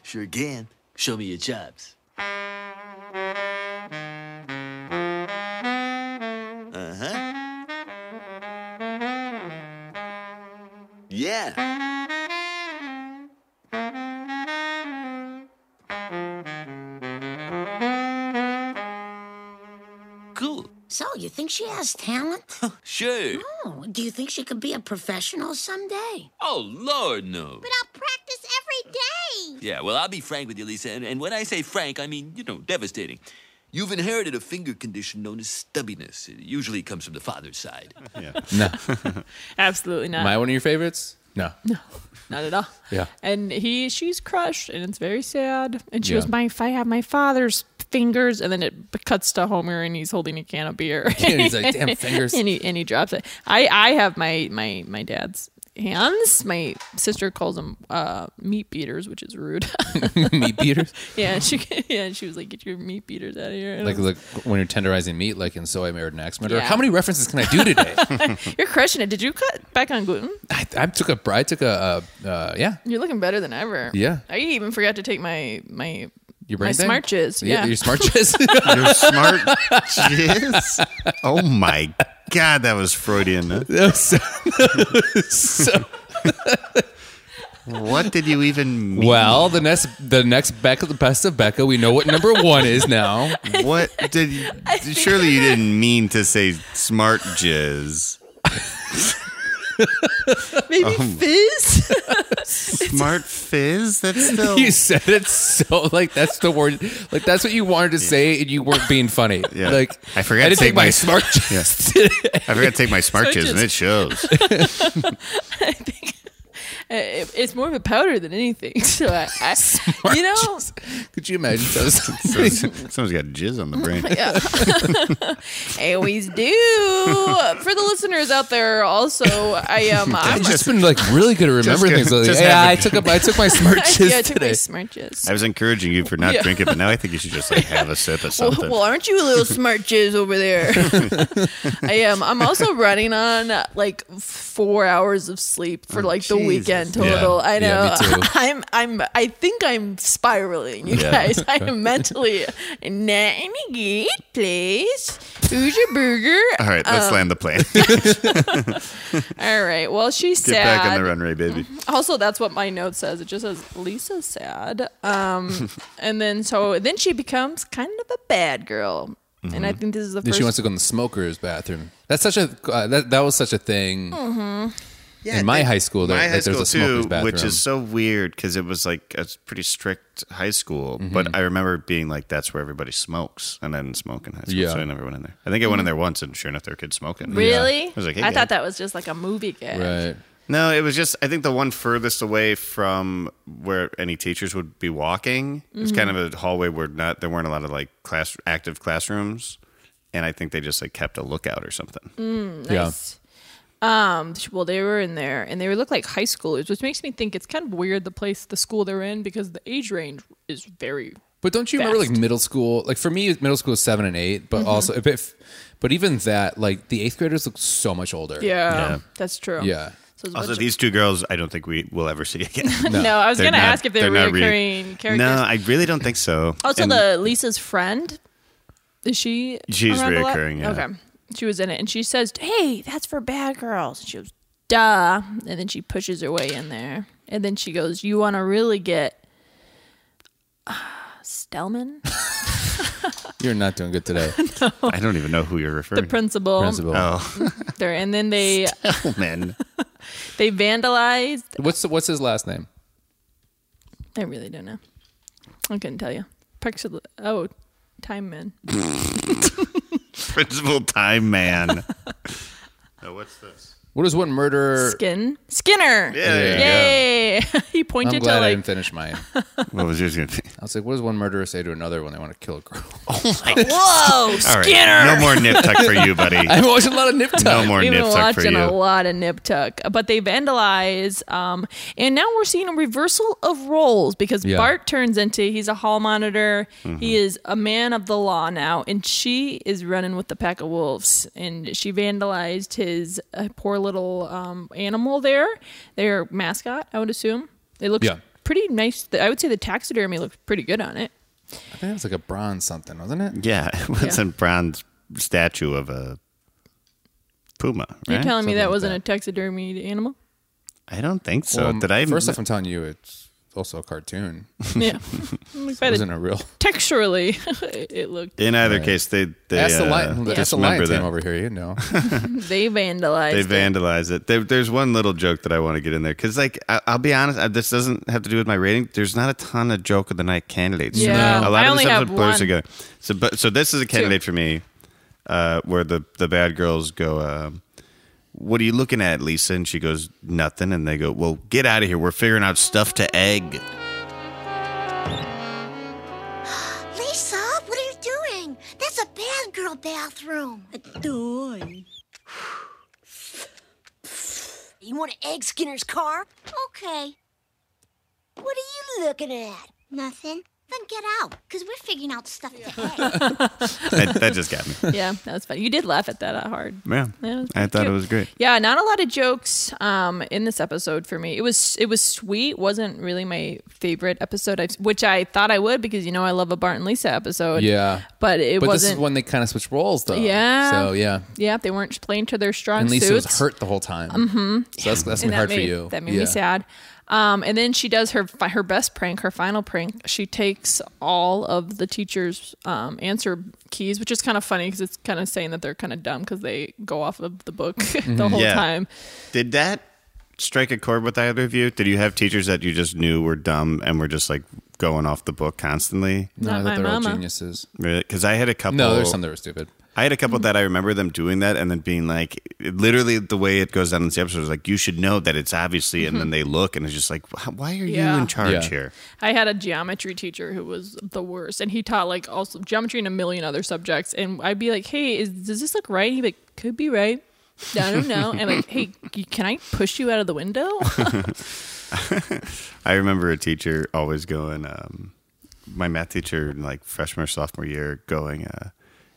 Speaker 10: Sure can. Show me your chops.
Speaker 13: Uh huh. Yeah.
Speaker 14: Cool. So, you think she has talent?
Speaker 13: Sure.
Speaker 14: Oh, do you think she could be a professional someday?
Speaker 13: Oh, Lord, no.
Speaker 6: But I'll practice every day.
Speaker 13: Yeah, well, I'll be frank with you, Lisa. And, and when I say frank, I mean, you know, devastating. You've inherited a finger condition known as stubbiness. It usually comes from the father's side.
Speaker 3: Yeah.
Speaker 1: No.
Speaker 2: Absolutely not.
Speaker 1: Am I one of your favorites? No. [laughs]
Speaker 2: not at all.
Speaker 1: Yeah.
Speaker 2: And he, she's crushed, and it's very sad. And she
Speaker 1: Yeah.
Speaker 2: goes, "My, if I have my father's fingers," and then it b- cuts to Homer, and he's holding a can of
Speaker 1: [laughs]
Speaker 2: beer.
Speaker 1: Yeah, he's
Speaker 2: [laughs]
Speaker 1: like, "Damn, fingers." [laughs]
Speaker 2: and he and he drops it. I I have my my my dad's hands. My sister calls them uh, meat beaters, which is rude. [laughs]
Speaker 1: meat beaters?
Speaker 2: yeah. She [laughs] yeah. She was like, "Get your meat beaters out of here." And I
Speaker 1: Like,
Speaker 2: was
Speaker 1: like when you're tenderizing meat, like in So I Married an Axe Murderer.
Speaker 2: Yeah.
Speaker 1: How many references can I do today? [laughs]
Speaker 2: You're crushing it. Did you cut back on gluten?
Speaker 1: I, I took a, I took a, uh, uh, yeah,
Speaker 2: You're looking better than ever.
Speaker 1: Yeah.
Speaker 2: I even forgot to take my my
Speaker 1: Your brain
Speaker 2: my
Speaker 1: thing?
Speaker 2: smart jizz.
Speaker 1: Yeah,
Speaker 2: Yeah, [laughs]
Speaker 1: your smart jizz? [laughs]
Speaker 3: Your smart jizz. Oh my god, that was Freudian. Huh? what did you even mean?
Speaker 1: Well, the next the next Becca, the best of Becca, we know what number one is now.
Speaker 3: What did?
Speaker 1: [laughs]
Speaker 3: You, surely you didn't mean to say smart jizz.
Speaker 2: Maybe
Speaker 3: Um,
Speaker 2: fizz.
Speaker 3: Smart fizz. That's
Speaker 1: [laughs]
Speaker 3: still.
Speaker 1: You said it so like that's the word like that's what you wanted to say and you weren't being funny.
Speaker 3: [laughs] Yeah.
Speaker 1: Like
Speaker 3: I forgot
Speaker 1: didn't
Speaker 3: to take
Speaker 1: take my,
Speaker 3: my-
Speaker 1: smart
Speaker 3: [laughs] Yeah.
Speaker 1: jizz.
Speaker 3: I forgot to take my smart
Speaker 2: Smart
Speaker 3: jizz, and
Speaker 2: jizz.
Speaker 3: it
Speaker 1: [laughs]
Speaker 2: Uh,
Speaker 3: shows.
Speaker 2: it- it's more of a powder than anything. [laughs] So I, I you know,
Speaker 1: [laughs] Could you imagine?
Speaker 3: [laughs] Someone's someone's got jizz on the
Speaker 1: Oh
Speaker 3: brain.
Speaker 2: yeah. I always do. For the listeners out there, also, I
Speaker 1: [laughs]
Speaker 2: um, I'm,
Speaker 1: I've just been like really good at remembering
Speaker 3: go-
Speaker 1: things. Like,
Speaker 3: just
Speaker 1: yeah,
Speaker 3: have
Speaker 1: I
Speaker 3: a-
Speaker 1: took up I
Speaker 2: [laughs]
Speaker 1: took my smart
Speaker 2: Yeah, I
Speaker 1: jizz
Speaker 2: took my
Speaker 1: today.
Speaker 2: smart jizz.
Speaker 3: I was encouraging you for not
Speaker 2: Yeah.
Speaker 3: drinking, but now I think you should just like have a sip
Speaker 2: [laughs]
Speaker 3: of
Speaker 2: Well,
Speaker 3: something.
Speaker 2: well, aren't you a
Speaker 1: [laughs]
Speaker 2: little smart jizz over there? I am. I'm also running on uh, like four hours of sleep for like the weekend
Speaker 1: Oh, Yeah.
Speaker 2: total. I know.
Speaker 1: Yeah, me too.
Speaker 2: [laughs] I'm I'm I think I'm spiraling, you
Speaker 1: Yeah. [laughs]
Speaker 2: guys. I am mentally navigate, please. Who's your
Speaker 1: [laughs]
Speaker 2: burger?
Speaker 3: All right, let's
Speaker 2: Um,
Speaker 3: land the
Speaker 2: [laughs]
Speaker 3: plane.
Speaker 2: All right. Well, she's
Speaker 3: Get
Speaker 2: sad. Mm-hmm.
Speaker 3: back on the runway, baby.
Speaker 2: Also, that's what my note says. It just says Lisa's sad.
Speaker 1: [laughs]
Speaker 2: Um, and then so then she becomes kind of a bad girl. And I think this is the
Speaker 1: Mm-hmm. Then
Speaker 2: first.
Speaker 1: she wants to go in the smoker's bathroom. That's such a uh, that, that was such a thing
Speaker 2: Mhm.
Speaker 1: in my high school. There,
Speaker 3: Mm-hmm.
Speaker 1: like,
Speaker 3: my high
Speaker 1: there was
Speaker 3: school
Speaker 1: a smoker's
Speaker 3: too,
Speaker 1: bathroom,
Speaker 3: which is so weird because it was like a pretty strict high school.
Speaker 1: Mm-hmm.
Speaker 3: But I remember being like, "That's where everybody smokes," and I didn't smoke in high school,
Speaker 1: Yeah.
Speaker 3: so I never went in there. I think I went in there once, and sure enough, there were kids smoking.
Speaker 2: Mm-hmm. Really?
Speaker 3: I was like, hey,
Speaker 2: I thought that was just like a movie gag.
Speaker 1: right.
Speaker 3: No, it was just I think the one furthest away from where any teachers would be walking. It was
Speaker 2: Mhm.
Speaker 3: kind of a hallway where not there weren't a lot of like class active classrooms, and I think they just like kept a lookout or something.
Speaker 2: Mm,
Speaker 3: Yeah.
Speaker 2: nice. Um, well, they were in there, and they were look like high schoolers, which makes me think it's kind of weird the place, the school they're in, because the age range is very.
Speaker 1: But don't you remember like middle school? Like for me, middle school is seven and eight. But
Speaker 3: Mm-hmm.
Speaker 2: Mhm.
Speaker 1: also, if, if but even that, like the eighth graders look so much older.
Speaker 2: Yeah, that's true.
Speaker 1: Yeah.
Speaker 2: So it's a
Speaker 3: Also,
Speaker 2: bunch of-
Speaker 3: these two girls, I don't think we will ever see again.
Speaker 2: [laughs] No. No, [laughs] I was
Speaker 3: They're
Speaker 2: gonna
Speaker 3: not-
Speaker 2: ask if they were
Speaker 3: they're not re-
Speaker 2: reoccurring characters.
Speaker 3: No, I really don't think so.
Speaker 2: [laughs] also,
Speaker 3: And
Speaker 2: the Lisa's friend is she?
Speaker 3: She's
Speaker 2: around a lot?
Speaker 3: reoccurring, yeah.
Speaker 2: Okay, she was in it, and she says, "Hey, that's for bad girls." And she goes, "Duh," and then she pushes her way in there, and then she goes, "You want to really get uh, Stellman?"
Speaker 1: You're not doing good
Speaker 3: [laughs]
Speaker 1: today.
Speaker 3: I don't even know who you're referring. [laughs]
Speaker 2: the principal.
Speaker 1: Principal.
Speaker 3: Oh.
Speaker 2: there, and then
Speaker 3: [laughs]
Speaker 2: they
Speaker 3: Stellman.
Speaker 2: they vandalized.
Speaker 1: What's what's his last name?
Speaker 2: I really don't know. I couldn't tell you. Prexil- oh, Time Man.
Speaker 3: Principal
Speaker 2: [laughs]
Speaker 3: Time Man. oh, what's this?
Speaker 1: What is what murderer?
Speaker 2: Skin Skinner.
Speaker 1: Yeah, there you
Speaker 2: Yay! [laughs] he
Speaker 1: I'm
Speaker 2: pointed
Speaker 1: glad
Speaker 2: to
Speaker 1: I
Speaker 2: like
Speaker 1: didn't finish
Speaker 3: [laughs]
Speaker 1: mine.
Speaker 3: what was yours gonna be?
Speaker 1: I was like, what does one murderer say to another when they want to kill a girl?
Speaker 3: [laughs]
Speaker 1: [laughs]
Speaker 3: Oh
Speaker 2: my Whoa,
Speaker 3: All right, Skinner! no more nip tuck for
Speaker 2: [laughs]
Speaker 3: you, buddy.
Speaker 1: I've watched a lot of nip tuck.
Speaker 3: No more
Speaker 2: We've
Speaker 3: nip
Speaker 2: been
Speaker 3: tuck for
Speaker 2: watching a
Speaker 3: you.
Speaker 2: lot of Nip Tuck, but they vandalize, um, and now we're seeing a reversal of roles because
Speaker 15: Yeah.
Speaker 2: Bart turns into he's a hall monitor.
Speaker 15: Mhm.
Speaker 3: Mm-hmm.
Speaker 2: He is a man of the law now, and she is running with the pack of wolves, and she vandalized his uh, poor little um, animal there, their mascot. I would assume they look
Speaker 1: Yeah.
Speaker 2: pretty nice. I would say the taxidermy looks pretty good on it.
Speaker 1: I think it was like a bronze something, wasn't it?
Speaker 3: Yeah, [laughs] it was
Speaker 2: Yeah.
Speaker 3: a bronze statue of a puma.
Speaker 2: You're
Speaker 3: right?
Speaker 2: telling me
Speaker 3: Eh, Something
Speaker 2: that
Speaker 3: like
Speaker 2: wasn't a taxidermied
Speaker 3: [laughs]
Speaker 2: animal?
Speaker 3: I don't think so.
Speaker 1: Well,
Speaker 3: Did I
Speaker 1: First off, I'm telling you, it's also a cartoon.
Speaker 2: Yeah.
Speaker 1: it wasn't a
Speaker 3: [laughs]
Speaker 1: real.
Speaker 2: Texturally, [laughs] it looked.
Speaker 3: In either
Speaker 1: Right.
Speaker 3: case, they they
Speaker 1: Ask the
Speaker 3: uh,
Speaker 1: lion- ask the
Speaker 3: dismember
Speaker 1: lion team
Speaker 3: that.
Speaker 1: over here. You
Speaker 3: [laughs]
Speaker 1: know,
Speaker 2: They vandalized.
Speaker 3: they
Speaker 2: it.
Speaker 3: vandalize it. There, there's one little joke that I want to get in there because, like, I, I'll be honest, I, this doesn't have to do with my rating. There's not a ton of joke of the night candidates.
Speaker 2: Yeah. No.
Speaker 3: a lot
Speaker 2: I
Speaker 3: of
Speaker 2: only
Speaker 3: this episode
Speaker 2: have
Speaker 3: blurs
Speaker 2: one.
Speaker 3: together. So, but so this is a candidate for me, uh, where the the bad girls go. um what are you looking at, Lisa? And she goes, nothing. And they go, well, get out of here. We're figuring out stuff to egg. [laughs]
Speaker 6: Lisa, what are you doing? That's a bad girl bathroom.
Speaker 14: Doy. [sighs] You want to egg Skinner's car?
Speaker 6: Okay. What are you looking at? Nothing. Then get out, because we're figuring out stuff [laughs]
Speaker 14: [laughs]
Speaker 3: That, that just got me.
Speaker 2: yeah, that was funny. You did laugh at that uh, hard.
Speaker 3: Yeah.
Speaker 2: That was
Speaker 3: I
Speaker 2: pretty
Speaker 3: thought it
Speaker 2: cute.
Speaker 3: was great.
Speaker 2: Yeah, not a lot of jokes um, in this episode for me. It was it was sweet. wasn't really my favorite episode, I've, which I thought I would because you know I love a Bart and Lisa episode.
Speaker 1: yeah.
Speaker 2: but it
Speaker 1: but this is
Speaker 2: wasn't.
Speaker 1: when they kind of switch roles, though.
Speaker 2: Yeah.
Speaker 1: So yeah,
Speaker 2: yeah, they weren't playing to their strong
Speaker 1: and Lisa
Speaker 2: suits.
Speaker 1: was hurt the whole time.
Speaker 2: Mm-hmm.
Speaker 1: So that's that's
Speaker 2: And
Speaker 1: been
Speaker 2: that
Speaker 1: hard for
Speaker 2: made-
Speaker 1: you.
Speaker 2: That made
Speaker 1: Yeah.
Speaker 2: me sad. Um, and then she does her fi- her best prank, her final prank. She takes all of the teachers' um, answer keys, which is kind of funny because it's kind of saying that they're kind of dumb because they go off of the book [laughs]
Speaker 1: Mm-hmm.
Speaker 2: the whole
Speaker 3: Yeah.
Speaker 2: time.
Speaker 3: Did that strike a chord with either of you? Did you have teachers that you just knew were dumb and were just like going off the book constantly?
Speaker 1: No, I Not thought my they were all mama. geniuses.
Speaker 3: Because I had a couple.
Speaker 1: No, there's some that were stupid.
Speaker 3: I had a couple that I remember them doing that and then being like, literally the way it goes down in the episode is like, you should know that it's obviously, and then they look and it's just like, "Wh- why are
Speaker 2: Yeah.
Speaker 3: you in charge
Speaker 1: Mm-hmm. Yeah.
Speaker 3: here?
Speaker 2: I had a geometry teacher who was the worst, and he taught like also geometry and a million other subjects. And I'd be like, "Hey, is, does this look right?" He'd be like, "Could be right." I don't know. And like,
Speaker 1: [laughs]
Speaker 2: "Hey, can I push you out of the window?"
Speaker 3: I remember a teacher always going, um, my math teacher, in like freshman or sophomore year, going, uh,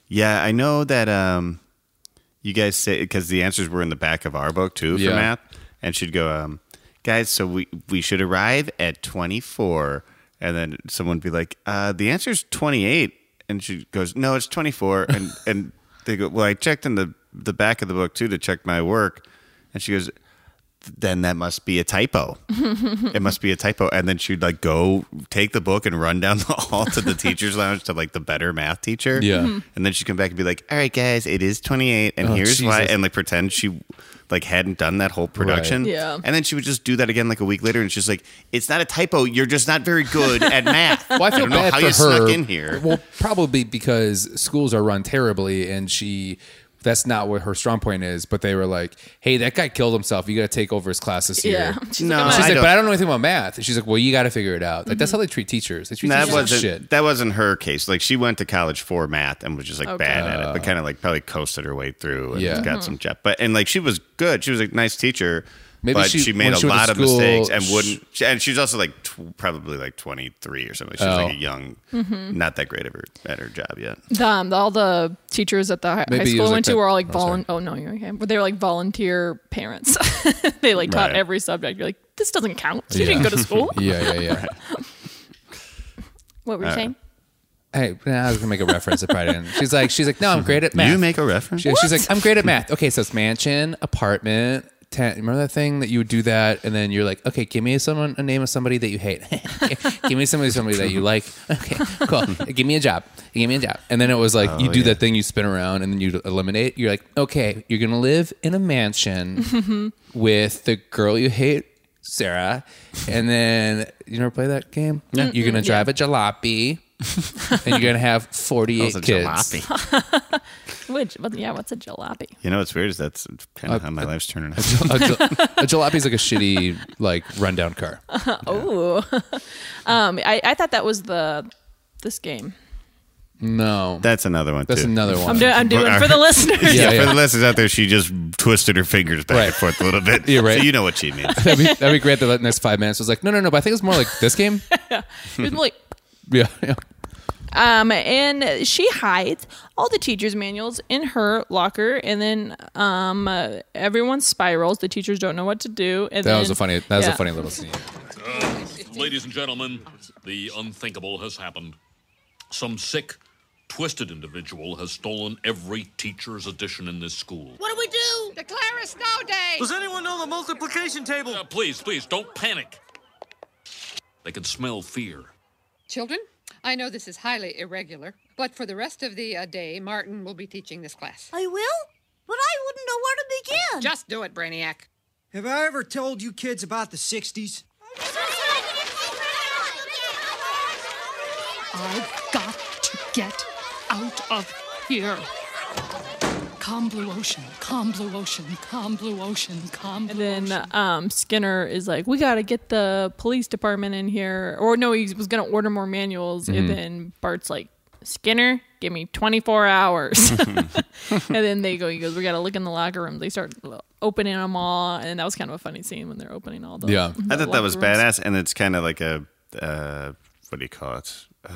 Speaker 3: Yeah, I know that um, you guys say, because the answers were in the back of our book too for
Speaker 1: Yeah.
Speaker 3: math. And she'd go, um, guys, so we, we should arrive at 24. And then someone would be like, uh, the answer is 28. And she goes, no, it's 24. And, and they go, well, I checked in the, the back of the book too to check my work. And she goes, then that must be a typo. it must be a typo. And then she'd like go take the book and run down the [laughs] hall to the teacher's lounge to like the better math teacher.
Speaker 1: Yeah. Mhm.
Speaker 3: And then she'd come back and be like, all right, guys, it is 28. And
Speaker 1: Oh,
Speaker 3: here's why.
Speaker 1: Jesus.
Speaker 3: And like pretend she like hadn't done that whole production.
Speaker 1: Right. Yeah.
Speaker 3: And then she would just do that again like a week later. And she's like, it's not a typo. You're just not very good at math.
Speaker 1: Well, I feel
Speaker 3: don't know
Speaker 1: bad
Speaker 3: how
Speaker 1: for
Speaker 3: you
Speaker 1: her.
Speaker 3: snuck in here.
Speaker 1: Well, probably because schools are run terribly, and she. That's not what her strong point is, but they were like, "Hey, that guy killed himself. You got to take over his class
Speaker 2: [laughs]
Speaker 1: this
Speaker 2: Yeah.
Speaker 1: year."
Speaker 2: She's like, No, "I'm
Speaker 1: she's
Speaker 2: not-
Speaker 1: like,
Speaker 2: I don't-
Speaker 1: "But I don't know anything about math." And she's like, "Well, you got to figure it out." Like that's how they treat teachers. They treat
Speaker 3: Mm-hmm. that
Speaker 1: teachers like
Speaker 3: wasn't
Speaker 1: shit.
Speaker 3: that wasn't her case. Like she went to college for math and was just like
Speaker 1: Okay.
Speaker 3: bad at it,
Speaker 1: Uh.
Speaker 3: but kind of like probably coasted her way through and
Speaker 1: Yeah.
Speaker 3: got
Speaker 1: Mhm.
Speaker 3: some job. But and like she was good. She was a nice teacher.
Speaker 1: Maybe
Speaker 3: but
Speaker 1: she-
Speaker 3: she, made
Speaker 1: when
Speaker 3: a
Speaker 1: she went to
Speaker 3: lot of
Speaker 1: school,
Speaker 3: mistakes and
Speaker 1: sh-
Speaker 3: wouldn't. She, and she was also like tw- probably like twenty three or something. She was
Speaker 1: Oh.
Speaker 3: like a young,
Speaker 2: Mhm.
Speaker 3: not that great of her at her job yet.
Speaker 2: Um, all the teachers at the hi- high
Speaker 3: Maybe it
Speaker 2: school I
Speaker 3: was like
Speaker 2: went to
Speaker 3: that-
Speaker 2: were all like
Speaker 3: oh,
Speaker 2: volun. Oh, no, you're okay. But they were like volunteer parents. [laughs] they like taught
Speaker 1: Right.
Speaker 2: every subject. You're like, this doesn't count. [laughs] You didn't go to
Speaker 1: [laughs]
Speaker 2: school.
Speaker 3: [laughs]
Speaker 1: yeah, yeah, yeah.
Speaker 2: What were you
Speaker 1: Uh,
Speaker 2: saying?
Speaker 1: Hey, nah, I was gonna make a reference. I probably didn't. She's like, she's like, no, I'm great at math.
Speaker 3: You make a reference.
Speaker 1: She- she's like, I'm great at math. Okay, so it's mansion, apartment, tent. Remember that thing that you would do that, and then you're like, okay, give me someone a name of somebody that you hate. [laughs] give me somebody somebody that you like. Okay, cool. give me a job. Give me a job. And then it was like you
Speaker 15: Oh,
Speaker 1: do
Speaker 15: yeah.
Speaker 1: that thing, you spin around, and then you eliminate. You're like, okay, you're gonna live in a mansion with the girl you hate, Sarah, and then you never play that game.
Speaker 2: Yeah.
Speaker 1: You're gonna
Speaker 2: Mm-mm,
Speaker 1: drive a jalopy, and you're gonna have 48
Speaker 3: That was a
Speaker 1: kids.
Speaker 3: jalopy.
Speaker 2: Which, well, yeah, what's a jalopy?
Speaker 3: [laughs] You know what's weird is that's kind of how
Speaker 1: Uh,
Speaker 3: my life's turning
Speaker 1: [laughs] [laughs]
Speaker 3: out.
Speaker 1: A, jal- a jalopy is like a shitty, like rundown car.
Speaker 2: oh, um, I, I thought that was the this game.
Speaker 1: No,
Speaker 3: that's another one.
Speaker 1: That's
Speaker 3: too.
Speaker 1: another
Speaker 2: I'm one. do- I'm doing for the listeners.
Speaker 3: Yeah,
Speaker 1: [laughs] Yeah, yeah.
Speaker 3: for the listeners out there, she just twisted her fingers back and forth a little
Speaker 1: [laughs]
Speaker 3: bit.
Speaker 1: You're right.
Speaker 3: So you know what she means.
Speaker 1: that'd, be, that'd be great. The next five minutes was like, no, no, no. But I think it's more like this game. [laughs]
Speaker 2: It was more [laughs] like
Speaker 1: yeah, yeah.
Speaker 2: Um, and she hides all the teacher's manuals in her locker, and then um, uh, everyone spirals. The teachers don't know what to do. And
Speaker 1: That
Speaker 2: then,
Speaker 1: was a funny. That was
Speaker 2: yeah.
Speaker 1: a funny little scene.
Speaker 11: Uh, ladies and gentlemen, the unthinkable has happened. Some sick, twisted individual has stolen every teacher's edition in this school.
Speaker 4: What do we do? Declare a snow day.
Speaker 11: Does
Speaker 4: anyone know the multiplication table?
Speaker 11: Uh, please, please, don't panic. They can smell fear.
Speaker 4: Children, I know this is highly irregular, but for the rest of the uh, day, Martin will be teaching this class.
Speaker 14: I will? But I wouldn't know where to begin.
Speaker 4: Just do it, Brainiac.
Speaker 9: Have I ever told you kids about the 60s?
Speaker 5: I've got to get out of here. Calm blue ocean, calm blue ocean, calm blue ocean, calm blue
Speaker 2: And then um, Skinner is like, "We got to get the police department in here." Or no, he was gonna order more manuals,
Speaker 5: Mhm.
Speaker 2: and then Bart's like, "Skinner, give me 24 hours." [laughs] and then they go. He goes, "We got to look in the locker room." They start opening them all, and that was kind of a funny scene when they're opening all the. the
Speaker 3: I thought that
Speaker 2: locker
Speaker 3: was
Speaker 2: rooms.
Speaker 3: badass, and it's kind of like a uh, what do you call it? Uh,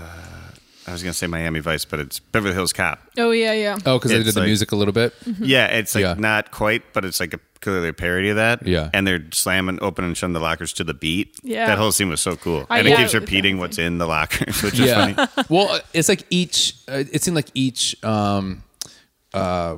Speaker 3: I was gonna say Miami Vice, but it's Beverly Hills Cop.
Speaker 2: Oh yeah, yeah.
Speaker 1: Oh, because they
Speaker 3: It's
Speaker 1: did the
Speaker 3: like-
Speaker 1: music a little bit.
Speaker 3: Yeah, it's like not quite, but it's like a clearly a parody of that.
Speaker 1: Yeah.
Speaker 3: and they're slamming open and shutting the lockers to the beat.
Speaker 1: Yeah.
Speaker 3: that whole scene was so cool,
Speaker 1: I-
Speaker 3: and
Speaker 1: yeah,
Speaker 3: it keeps
Speaker 1: it was
Speaker 3: repeating what's in the lockers, which is
Speaker 1: [laughs]
Speaker 3: funny.
Speaker 1: yeah. well, uh, it's like each. Uh, it seemed like each um, uh,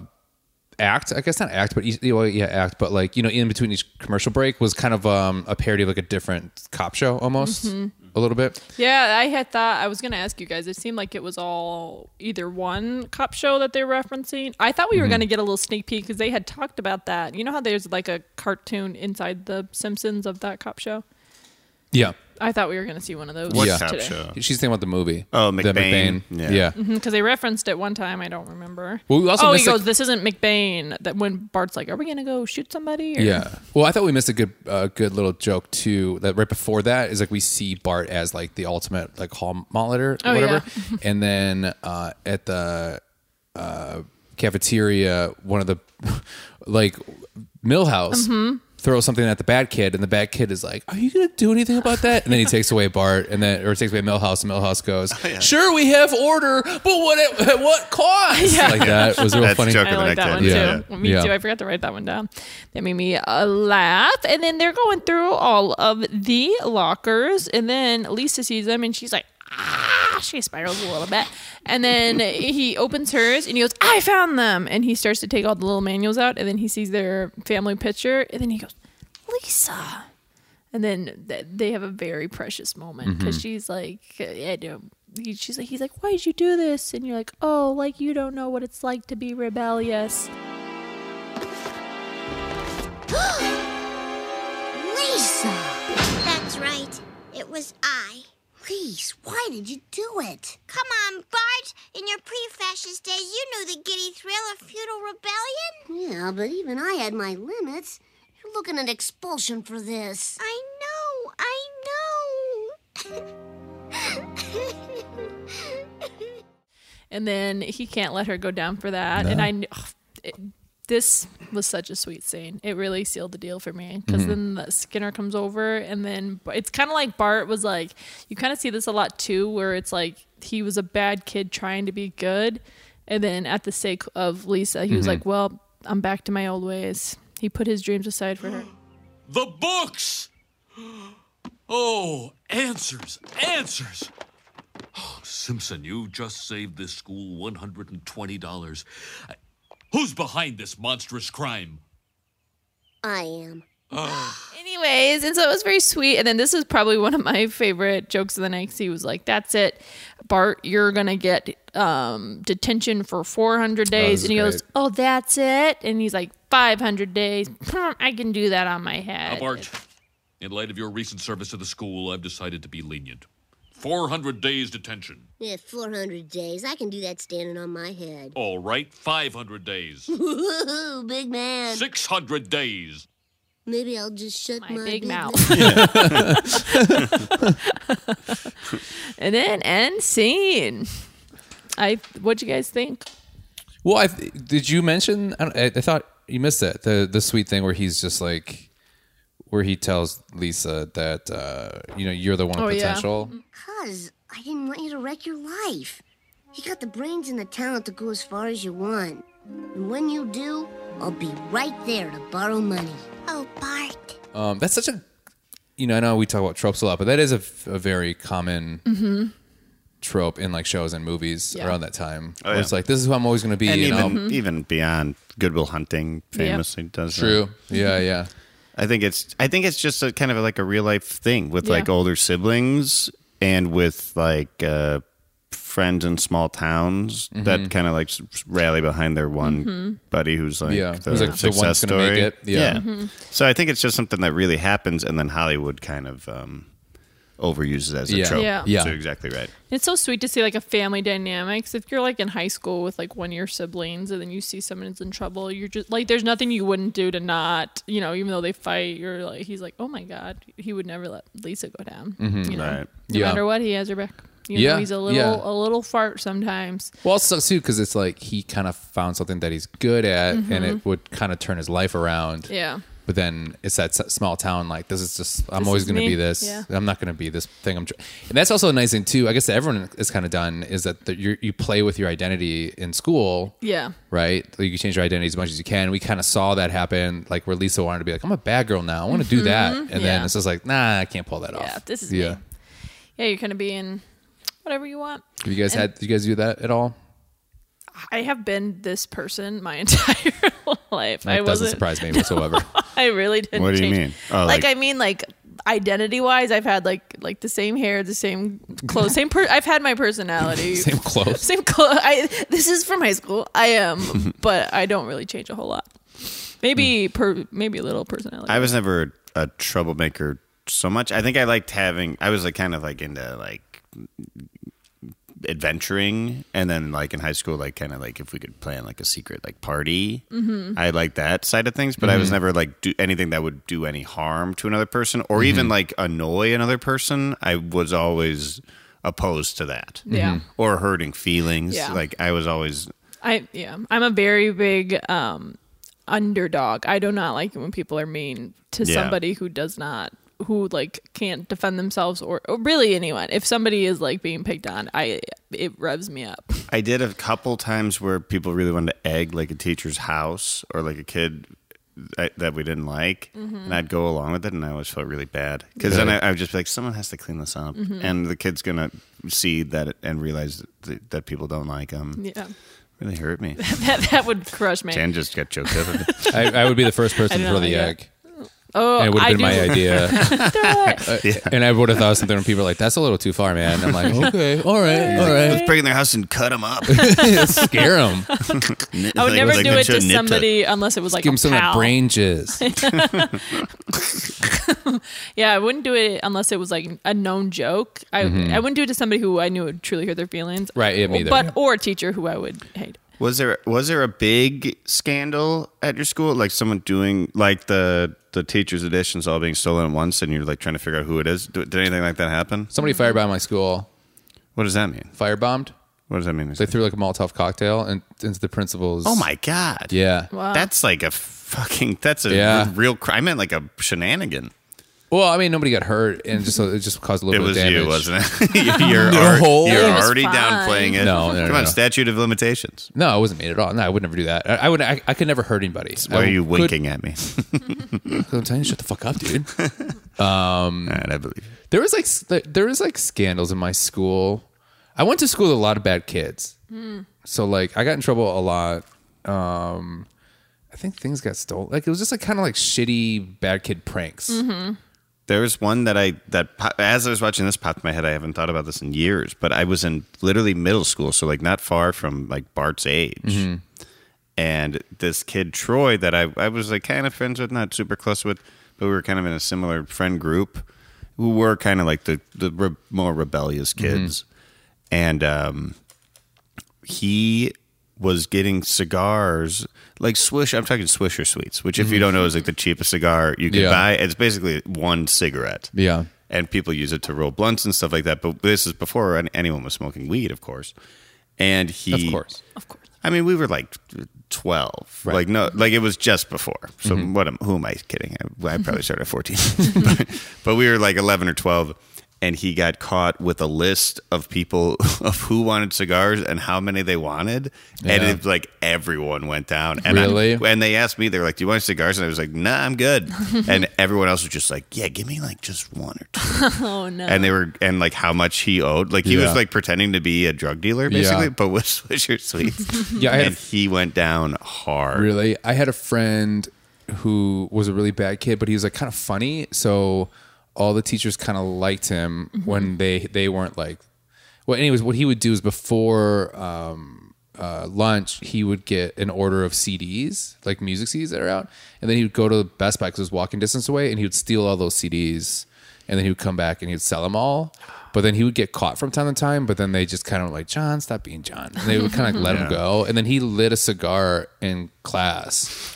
Speaker 1: act. I guess not act, but each, well, yeah, act. But like you know, in between each commercial break was kind of um, a parody of like a different cop show, almost
Speaker 3: Mm-hmm.
Speaker 2: Mhm.
Speaker 1: a little bit.
Speaker 2: Yeah, I had thought I was going to ask you guys. It seemed like it was all either one cop show that they're referencing. I thought we were
Speaker 1: Mhm.
Speaker 2: going to get a little sneak peek because they had talked about that. You know how there's like a cartoon inside the Simpsons of that cop show.
Speaker 1: Yeah.
Speaker 2: I thought we were going to see one of those.
Speaker 1: yeah.
Speaker 2: today. [laughs]
Speaker 1: She's thinking about the movie.
Speaker 3: Oh,
Speaker 1: The
Speaker 3: McBain.
Speaker 1: Yeah.
Speaker 2: Because they referenced it one time, I don't remember.
Speaker 1: Well, we also
Speaker 2: oh, he
Speaker 1: missed, like-
Speaker 2: goes, "This isn't McBain." That when Bart's like, "Are we gonna go shoot somebody?" Or?
Speaker 1: Yeah. Well, I thought we missed a good, uh, good little joke too. That right before that is like we see Bart as like the ultimate like hall monitor, or
Speaker 2: Oh, [laughs]
Speaker 1: whatever.
Speaker 2: yeah.
Speaker 1: and then uh, at the [laughs] uh, cafeteria, one of the like Millhouse
Speaker 2: Mhm.
Speaker 1: throws something at the bad kid, and the bad kid is like, "Are you gonna do anything about that?"
Speaker 2: [laughs]
Speaker 1: And then he takes away Bart, and then or takes away Millhouse, and Millhouse goes, "Sure, we have order, but what at, at [laughs] what cost?"
Speaker 2: [laughs] Yeah.
Speaker 1: Like that was real
Speaker 3: That's
Speaker 1: funny.
Speaker 3: joke of
Speaker 2: I
Speaker 3: the
Speaker 2: like
Speaker 3: neck
Speaker 2: that
Speaker 3: tattoo.
Speaker 2: one
Speaker 1: Yeah.
Speaker 2: too. Me
Speaker 1: Yeah.
Speaker 2: too. I forgot to write that one down. That made me uh, laugh. And then they're going through all of the lockers, and then Lisa sees them, and she's like, ah, she spirals a little bit. And
Speaker 1: [laughs]
Speaker 2: then he opens hers, and he goes, I found them. And he starts to take all the little manuals out, and then he sees their family picture, and then he goes, Lisa. And then th- they have a very precious moment because
Speaker 15: Mhm.
Speaker 2: she's like, I don't. he- She's like, he's like, why did you do this? And you're like, oh, like you don't know what it's like to be rebellious.
Speaker 14: [gasps]
Speaker 6: Lisa! That's right. It was I. Please, why did you do it? Come on, Bart. In your pre-fascist days, you knew the giddy thrill of feudal rebellion.
Speaker 14: Yeah, but even I had my limits. You're looking at expulsion for this.
Speaker 6: I know, I [laughs]
Speaker 2: And then he can't let her go down for that. And
Speaker 1: No.
Speaker 2: I, kn- ugh, it, this was such a sweet scene. It really sealed the deal for me because
Speaker 1: Mhm.
Speaker 2: then the Skinner comes over, and then it's kind of like Bart was like, you kind of see this a lot too, where it's like he was a bad kid trying to be good, and then at the sake of Lisa, he was
Speaker 11: Mhm.
Speaker 2: like, well, I'm back to my old ways. He put his dreams aside for her.
Speaker 11: The books! Oh, answers, answers. Oh, Simpson, you just saved this school $120. I- Who's behind this monstrous crime?
Speaker 14: I am.
Speaker 11: Oh,
Speaker 2: Anyways, and so it was very sweet. And then this is probably one of my favorite jokes of the night. 'cause He was like, "That's it, Bart. You're gonna get um, detention for 400 days."
Speaker 15: is
Speaker 2: and he goes,
Speaker 15: great.
Speaker 2: "Oh, that's it." And he's like, "500 days. I can do that on my head."
Speaker 11: now, Bart, in light of your recent service to the school, I've decided to be lenient. 400 days detention.
Speaker 14: Yeah, 400 days. I can do that standing on my head.
Speaker 11: All right, 500 days.
Speaker 14: [laughs] Woohoo, big man.
Speaker 11: 600 days.
Speaker 14: Maybe I'll just shut my,
Speaker 2: big mouth. [laughs] and
Speaker 14: it.
Speaker 2: then end scene. I what'd you guys think?
Speaker 1: Well, I did you mention? I, don't- I, I thought you missed it. The the sweet thing where he's just like, where he tells Lisa that uh, you know you're the
Speaker 2: Oh,
Speaker 1: one with potential.
Speaker 14: Cuz I didn't want you to wreck your life. You got the brains and the talent to go as far as you want. And when you do, I'll be right there to borrow money.
Speaker 6: Oh, Bart.
Speaker 1: Um, that's such a you know I know we talk about tropes a lot, but that is a, f- a very common
Speaker 6: Mm-hmm.
Speaker 1: trope in like shows and movies
Speaker 6: Yeah.
Speaker 1: around that time.
Speaker 3: Oh,
Speaker 1: where
Speaker 3: yeah.
Speaker 1: It's like this is who I'm always going to be.
Speaker 3: and
Speaker 1: you know?
Speaker 3: even even beyond Goodwill Hunting famously does that.
Speaker 1: True.
Speaker 2: Mm-hmm.
Speaker 1: Yeah, yeah.
Speaker 3: I think it's I think it's just a kind of like a real life thing with
Speaker 1: Yeah.
Speaker 3: like older siblings and with like uh, friends in small towns
Speaker 1: Mm-hmm.
Speaker 3: that kind of like s- rally behind their one
Speaker 15: Mhm.
Speaker 3: buddy who's like
Speaker 1: Yeah,
Speaker 3: the
Speaker 1: who's, like, the
Speaker 3: success
Speaker 1: one's gonna
Speaker 3: story.
Speaker 1: make it. Yeah. Mhm.
Speaker 3: So I think it's just something that really happens, and then Hollywood kind of um, overuses it as a
Speaker 1: Yeah.
Speaker 3: trope.
Speaker 2: Yeah. Yeah.
Speaker 3: So exactly right.
Speaker 2: It's so sweet to see like a family dynamics. If you're like in high school with like one of your siblings and then you see someone is in trouble, you're just like, there's nothing you wouldn't do to not, you know, even though they fight, you're like, he's like, oh my God, he would never let Lisa go down.
Speaker 1: Mhm.
Speaker 2: You know,
Speaker 1: Right.
Speaker 2: no
Speaker 1: Yeah.
Speaker 2: matter what, he has her back. You
Speaker 1: Yeah,
Speaker 2: know, he's a little,
Speaker 1: yeah.
Speaker 2: a little fart sometimes.
Speaker 1: Well, it sucks too because it's like he kind of found something that he's good at, and
Speaker 2: Mhm.
Speaker 1: it would kind of turn his life around.
Speaker 2: Yeah.
Speaker 1: But then it's that s- small town. Like this is just I'm
Speaker 2: This
Speaker 1: always
Speaker 2: is
Speaker 1: going to
Speaker 2: me.
Speaker 1: be this.
Speaker 2: Yeah.
Speaker 1: I'm not going to be this thing. I'm. Tr- and that's also a nice thing too. I guess that everyone is kind of done is that the, you you play with your identity in school.
Speaker 2: Yeah.
Speaker 1: Right. Like you can change your identity as much as you can. We kind of saw that happen. Like where Lisa wanted to be like I'm a bad girl now. I want to do that,
Speaker 2: Mhm.
Speaker 1: and then
Speaker 2: Yeah.
Speaker 1: it's just like nah, I can't pull that off.
Speaker 2: Yeah, this is me.
Speaker 1: yeah.
Speaker 2: Yeah. You're going to be in whatever you want.
Speaker 1: Have you guys
Speaker 2: And-
Speaker 1: had? Do you guys do that at all?
Speaker 2: I have been this person my [laughs] entire life.
Speaker 1: That
Speaker 2: I
Speaker 1: doesn't
Speaker 2: wasn't-
Speaker 1: surprise me
Speaker 2: [laughs]
Speaker 1: whatsoever.
Speaker 2: I really didn't.
Speaker 1: What do you
Speaker 2: change.
Speaker 1: mean? Oh,
Speaker 2: like,
Speaker 1: like-
Speaker 2: I mean, like identity wise, I've had like like the same hair, the same clothes, same. Per- I've had my personality,
Speaker 1: Same
Speaker 2: [laughs]
Speaker 1: clothes.
Speaker 2: same clothes. I this is from high school. I
Speaker 1: [laughs]
Speaker 2: am, but I don't really change a whole lot.
Speaker 1: Hmm.
Speaker 2: Maybe per maybe a little personality.
Speaker 3: I was never a troublemaker so much. I think I liked having. I was like kind of like into like adventuring, and then like in high school, like kind of like if we could plan like a secret like party.
Speaker 15: Mhm.
Speaker 2: Mm-hmm.
Speaker 3: I like that side of things, but I was
Speaker 15: Mhm.
Speaker 3: never like do anything that would do any harm to another person or
Speaker 15: Mhm.
Speaker 2: Mm-hmm.
Speaker 3: even like annoy another person. I was always opposed to that.
Speaker 2: Yeah.
Speaker 1: mm-hmm.
Speaker 2: Mhm.
Speaker 3: Or hurting feelings.
Speaker 2: Yeah.
Speaker 3: Like I was always
Speaker 2: I yeah, I'm a very big um underdog. I do not like it when people are mean to
Speaker 15: Yeah.
Speaker 2: somebody who does not who like can't defend themselves or, or really anyone. If somebody is like being picked on, I it revs me up.
Speaker 3: I did a couple times where people really wanted to egg like a teacher's house or like a kid that that we didn't like,
Speaker 2: Mhm.
Speaker 3: and I'd go along with it, and I always felt really bad because then I, I would just be like, someone has to clean this up,
Speaker 2: Mhm.
Speaker 3: and the kid's gonna see that and realize that, that people don't like him.
Speaker 2: Yeah.
Speaker 3: really hurt me.
Speaker 2: [laughs] that that would crush me.
Speaker 3: Jen just got choked
Speaker 2: [laughs]
Speaker 3: up.
Speaker 1: I, I would be the first person
Speaker 2: I
Speaker 1: to
Speaker 2: don't
Speaker 1: throw the
Speaker 2: like
Speaker 1: egg.
Speaker 2: Oh,
Speaker 1: and it would
Speaker 2: I
Speaker 1: have been my
Speaker 2: do. [laughs]
Speaker 1: idea.
Speaker 2: Throw
Speaker 1: [laughs]
Speaker 2: it.
Speaker 1: Uh, And I would have thought something when people are like, that's a little too far, man. I'm
Speaker 3: [laughs]
Speaker 1: like, okay, all right, all right.
Speaker 3: Let's break in their house and cut
Speaker 2: [laughs]
Speaker 3: them up.
Speaker 1: Scare them.
Speaker 2: I would never do it to somebody unless it was like a
Speaker 1: give them some of that
Speaker 2: pal.
Speaker 1: brain jizz.
Speaker 2: [laughs] yeah, I wouldn't do it unless it was like a known joke. I
Speaker 1: Mm-hmm.
Speaker 3: Mhm.
Speaker 2: I wouldn't do it to somebody who I knew would truly hurt their feelings.
Speaker 3: Right, yeah, me either.
Speaker 2: But or a teacher who I would hate.
Speaker 3: Was there was there a big scandal at your school? Like someone doing like the the teachers' editions all being stolen at once, and you're like trying to figure out who it is. Do- Did anything like that happen?
Speaker 1: Somebody firebombed my school.
Speaker 3: What does that mean?
Speaker 1: Firebombed?
Speaker 3: What does that mean?
Speaker 1: They threw like a Molotov cocktail and, into the principal's.
Speaker 3: Oh my god!
Speaker 1: Yeah.
Speaker 2: Wow.
Speaker 3: that's like a fucking that's a
Speaker 1: Yeah.
Speaker 3: real crime. I meant like a shenanigan.
Speaker 1: Well, I mean, nobody got hurt, and just it just caused a little
Speaker 3: It
Speaker 1: bit
Speaker 3: was
Speaker 1: of damage.
Speaker 3: you,
Speaker 1: [laughs]
Speaker 3: wasn't it? you're
Speaker 1: No.
Speaker 3: alre-
Speaker 1: Whole-
Speaker 3: you're
Speaker 1: It was
Speaker 3: already
Speaker 1: fine.
Speaker 3: downplaying it.
Speaker 1: No, no,
Speaker 3: come
Speaker 1: no,
Speaker 3: on,
Speaker 1: no.
Speaker 3: statute of limitations.
Speaker 1: No, I wasn't made at all. No, I would never do that. I, I would. I, I could never hurt anybody.
Speaker 3: Why
Speaker 1: I
Speaker 3: are you
Speaker 1: could-
Speaker 3: winking at me?
Speaker 1: [laughs] I'm telling you, shut the fuck up, dude. Um,
Speaker 3: I believe
Speaker 1: there was like s- there- there was like scandals in my school. I went to school with a lot of bad kids,
Speaker 2: Hmm.
Speaker 1: so like I got in trouble a lot. Um, I think things got stolen. Like it was just like kind of like shitty bad kid pranks.
Speaker 2: Mm-hmm.
Speaker 3: There was one that I that pop, as I was watching this popped in my head. I haven't thought about this in years, but I was in literally middle school, so like not far from like Bart's age.
Speaker 1: Mhm.
Speaker 3: And this kid Troy that I I was like kind of friends with, not super close with, but we were kind of in a similar friend group. who were kind of like the the re- more rebellious kids, and um, he was getting cigars like swish i'm talking swisher sweets which if you don't know is like the cheapest cigar you can
Speaker 1: Yeah.
Speaker 3: buy it's basically one cigarette
Speaker 1: Yeah.
Speaker 3: and people use it to roll blunts and stuff like that but this is before an- anyone was smoking weed of course and he
Speaker 1: Of course.
Speaker 3: of course i mean we were like 12 like no like it was just before so
Speaker 1: Mhm.
Speaker 3: what am, who am i kidding i, I probably started
Speaker 1: [laughs]
Speaker 3: at 14 [laughs] but, but we were like 11 or 12 and he got caught with a list of people [laughs] of who wanted cigars and how many they wanted and
Speaker 1: Yeah.
Speaker 3: it like everyone went down and I-
Speaker 1: Really?
Speaker 3: and they asked me they were like do you want cigars and i was like nah
Speaker 1: [laughs]
Speaker 3: i'm good and everyone else was just like yeah give me like just one or
Speaker 1: [laughs]
Speaker 3: two
Speaker 2: oh no.
Speaker 3: and they were and like how much he owed like he
Speaker 1: Yeah.
Speaker 3: was like pretending to be a drug dealer
Speaker 1: Yeah.
Speaker 3: basically but with [laughs] swisher sweets
Speaker 1: Yeah, [laughs] I had a
Speaker 3: and he went down hard
Speaker 1: Really? I had a friend who was a really bad kid, but he was like kind of funny. So all the teachers kind of liked him when they they weren't like. Well, anyways, what he would do is before um, uh, lunch, he would get an order of CDs, like music CDs that are out, and then he would go to Best Buy because it was walking distance away, and he would steal all those CDs, and then he would come back and he'd sell them all. But then he would get caught from time to time. But then they just kind of like John, stop being John. And they would kind of let him
Speaker 16: Yeah.
Speaker 1: go. And then he lit a cigar in class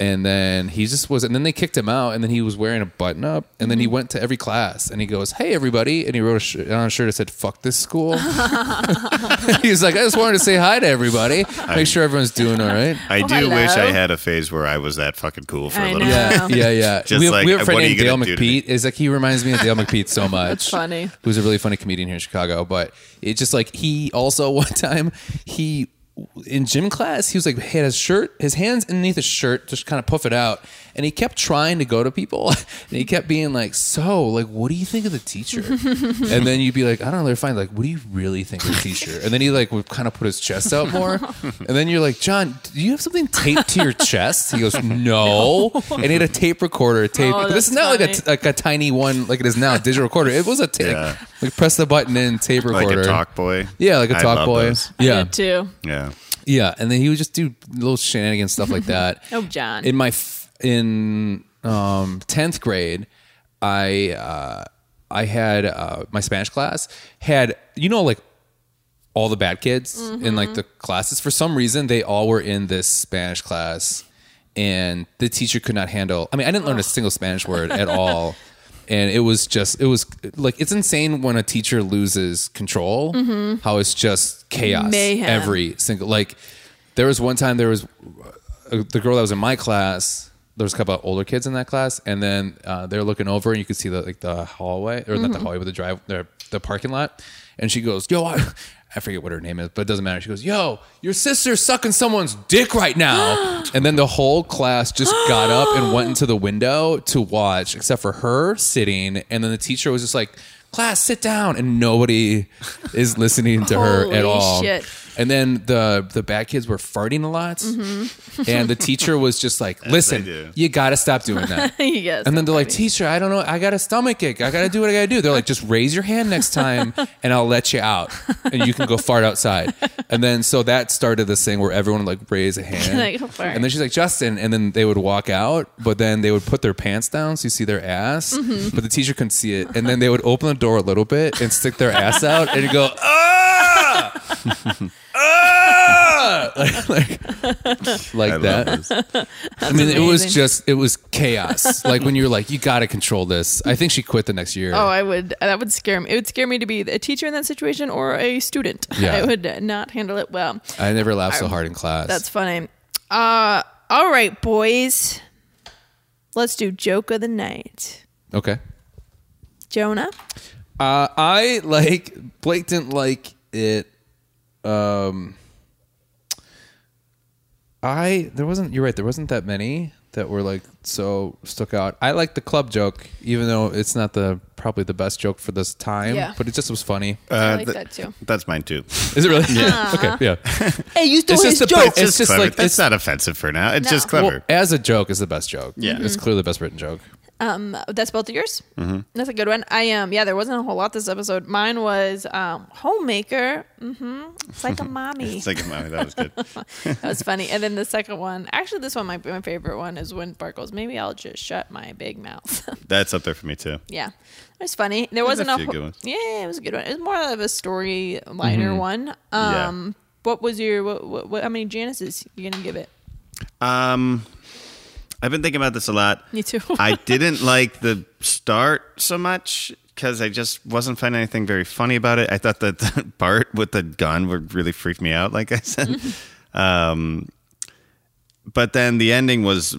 Speaker 1: and then he just was and then they kicked him out and then he was wearing a button up and then he went to every class and he goes hey everybody and he wrote a sh- on a shirt that said fuck this school [laughs] he was like i just wanted to say hi to
Speaker 3: [laughs]
Speaker 1: everybody make sure everyone's doing all right
Speaker 3: I do
Speaker 1: Oh, hello.
Speaker 3: wish I had a phase where I was that fucking cool for a
Speaker 1: I
Speaker 3: little
Speaker 1: yeah
Speaker 3: bit.
Speaker 1: yeah yeah
Speaker 3: Just
Speaker 1: we, have,
Speaker 3: like,
Speaker 1: we have a friend
Speaker 3: what are you
Speaker 1: named dale
Speaker 3: gonna do to me?
Speaker 1: mcpete is like he reminds me of dale
Speaker 2: [laughs]
Speaker 1: mcpete so much
Speaker 2: That's funny.
Speaker 1: who's a really funny comedian here in chicago but it just like he also [laughs] one time he in gym class he was like had his shirt his hands underneath his shirt just kind of puff it out and he kept trying to go to people [laughs] and he kept being like so like what do you think of
Speaker 2: [laughs]
Speaker 1: the teacher and then you'd be like i don't know they're fine like what do you really think of the teacher and then he like would kind of put his chest out
Speaker 2: [laughs]
Speaker 1: more and then you're like john do you have something taped to your chest he goes no,
Speaker 2: [laughs]
Speaker 1: and he had a tape recorder tape
Speaker 2: Oh,
Speaker 1: but
Speaker 2: that's
Speaker 1: this is not like a,
Speaker 2: funny.
Speaker 1: t- like a tiny one like it is now
Speaker 3: [laughs]
Speaker 1: digital recorder it was a tape like press the button in tape
Speaker 3: Like a
Speaker 1: recorder
Speaker 3: Talk Boy?
Speaker 1: yeah like a
Speaker 3: I
Speaker 1: talk
Speaker 3: love
Speaker 1: boy
Speaker 3: those.
Speaker 1: yeah
Speaker 2: too. [laughs]
Speaker 3: Yeah.
Speaker 1: yeah, and then he would just do little shenanigans
Speaker 2: [laughs]
Speaker 1: stuff like that.
Speaker 2: Oh, John.
Speaker 1: In my f- in um tenth grade, I uh, I had uh, my Spanish class had you know like all the bad kids in like the classes. For some reason, they all were in this Spanish class, and the teacher could not handle. I mean, I didn't learn a single Spanish word at all. And it was just, it was like, it's insane when a teacher loses control,
Speaker 2: Mhm.
Speaker 1: how it's just chaos
Speaker 2: Mayhem.
Speaker 1: every single like there was one time there was uh, the girl that was in my class. There was a couple of older kids in that class, and then uh, they're looking over, and you could see the like the hallway, or not the
Speaker 2: Mm-hmm.
Speaker 15: Mhm.
Speaker 1: hallway, but the drive, the, the parking lot. And she goes, "Yo, I, I forget what her name is, but it doesn't matter." She goes, "Yo, your sister's sucking someone's dick
Speaker 2: [gasps]
Speaker 1: right now," and then the whole class just got up and went into the window to watch, except for her sitting, and then the teacher was just like, "Class, sit down," and nobody is listening to her
Speaker 2: Holy
Speaker 1: at all.
Speaker 2: shit.
Speaker 1: [laughs] And then the the bad kids were farting a lot,
Speaker 2: Mhm.
Speaker 1: and the teacher was just like, "Listen, you got to stop doing that."
Speaker 2: yes.
Speaker 1: and then they're like, "Teacher, I don't know. I got a stomach ache. I got to do what I got to do." They're like, "Just raise your hand next time, and I'll let you out, and you can go fart outside." And then so that started this thing where everyone like raised
Speaker 2: [laughs]
Speaker 1: a hand,
Speaker 2: Like, go fart.
Speaker 1: and then she's like, "Justin," and then they would walk out, but then they would put their pants down so you see their ass,
Speaker 2: Mhm.
Speaker 1: but the teacher couldn't see it, and then they would open the door a little bit and stick their ass out and go, [laughs] ah, [laughs] like, like, like
Speaker 2: I love this.
Speaker 1: that. I
Speaker 2: That's
Speaker 1: mean, it was
Speaker 2: amazing.
Speaker 1: just it was
Speaker 2: [laughs]
Speaker 1: chaos. like when you're like, you got to control this. I think she quit the next year.
Speaker 2: Oh, I would. That would scare me. It would scare me to be a teacher in that situation or a student. [laughs]
Speaker 1: Yeah.
Speaker 2: I would not handle it well.
Speaker 1: I never laughed so hard in class.
Speaker 2: That's funny. Uh, all right, boys. Let's do joke of the night.
Speaker 1: okay.
Speaker 2: Jonah.
Speaker 1: Uh, I like Blake didn't like it. Um, I there wasn't. You're right. There wasn't that many that were like so stuck out. I like the club joke, even though it's not the probably the best joke for this time.
Speaker 2: Yeah.
Speaker 1: But it just was funny.
Speaker 3: Uh,
Speaker 2: I like that too.
Speaker 3: That's mine too.
Speaker 1: Is it really?
Speaker 3: Yeah.
Speaker 1: [laughs] okay. Yeah.
Speaker 2: Hey, you
Speaker 1: stole It's just his the- joke.
Speaker 3: It's just, clever. like
Speaker 1: it's-
Speaker 3: that's not offensive for now. It's
Speaker 2: No.
Speaker 3: just clever.
Speaker 1: Well, as a joke, is the best joke.
Speaker 3: Yeah.
Speaker 1: It's
Speaker 2: Mhm.
Speaker 1: clearly the best written joke.
Speaker 2: Um, that's both of yours.
Speaker 1: Mm-hmm.
Speaker 2: That's a good one. I am. yeah, there wasn't a whole lot this episode. Mine was um, homemaker. hmm It's
Speaker 3: [laughs]
Speaker 2: like a mommy.
Speaker 3: It's like a mommy. That
Speaker 1: [laughs]
Speaker 3: was good.
Speaker 2: that was funny. And then the second one, actually, this one might be my favorite one is when Bart goes, maybe I'll just shut my big mouth. [laughs]
Speaker 3: That's up there for me too.
Speaker 2: yeah, it was funny. There
Speaker 3: There's a
Speaker 2: wasn't a,
Speaker 3: few
Speaker 2: whole-
Speaker 3: good ones.
Speaker 2: yeah, it was a good one. It was more of a story liner
Speaker 3: Mhm.
Speaker 2: one.
Speaker 3: Yeah.
Speaker 2: Um, what was your what, what, what? How many Janices you gonna give it?
Speaker 3: Um, I've been thinking about this a lot.
Speaker 2: [laughs] Me too.
Speaker 3: I didn't like the start so much because I just wasn't finding anything very funny about it. I thought that the [laughs] Bart with the gun would really freak me out, like I said.
Speaker 2: Mm-hmm.
Speaker 3: um, but then the ending was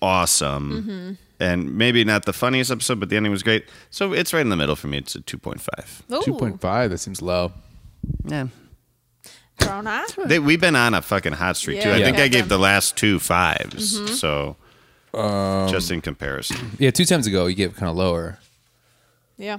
Speaker 3: awesome.
Speaker 2: Mhm.
Speaker 3: And maybe not the funniest episode, but the ending was great. So it's right in the middle for me. It's a 2.5.
Speaker 2: Ooh. 2.5,
Speaker 1: That seems low.
Speaker 3: Yeah.
Speaker 2: Corona?
Speaker 3: They, we've been on a fucking hot streak, too.
Speaker 2: Yeah,
Speaker 3: I
Speaker 2: we
Speaker 3: think I
Speaker 2: have
Speaker 3: gave
Speaker 2: been.
Speaker 3: the last two fives.
Speaker 2: Mhm.
Speaker 3: So just in comparison.
Speaker 1: Yeah, two times ago you gave kind of lower.
Speaker 2: Yeah,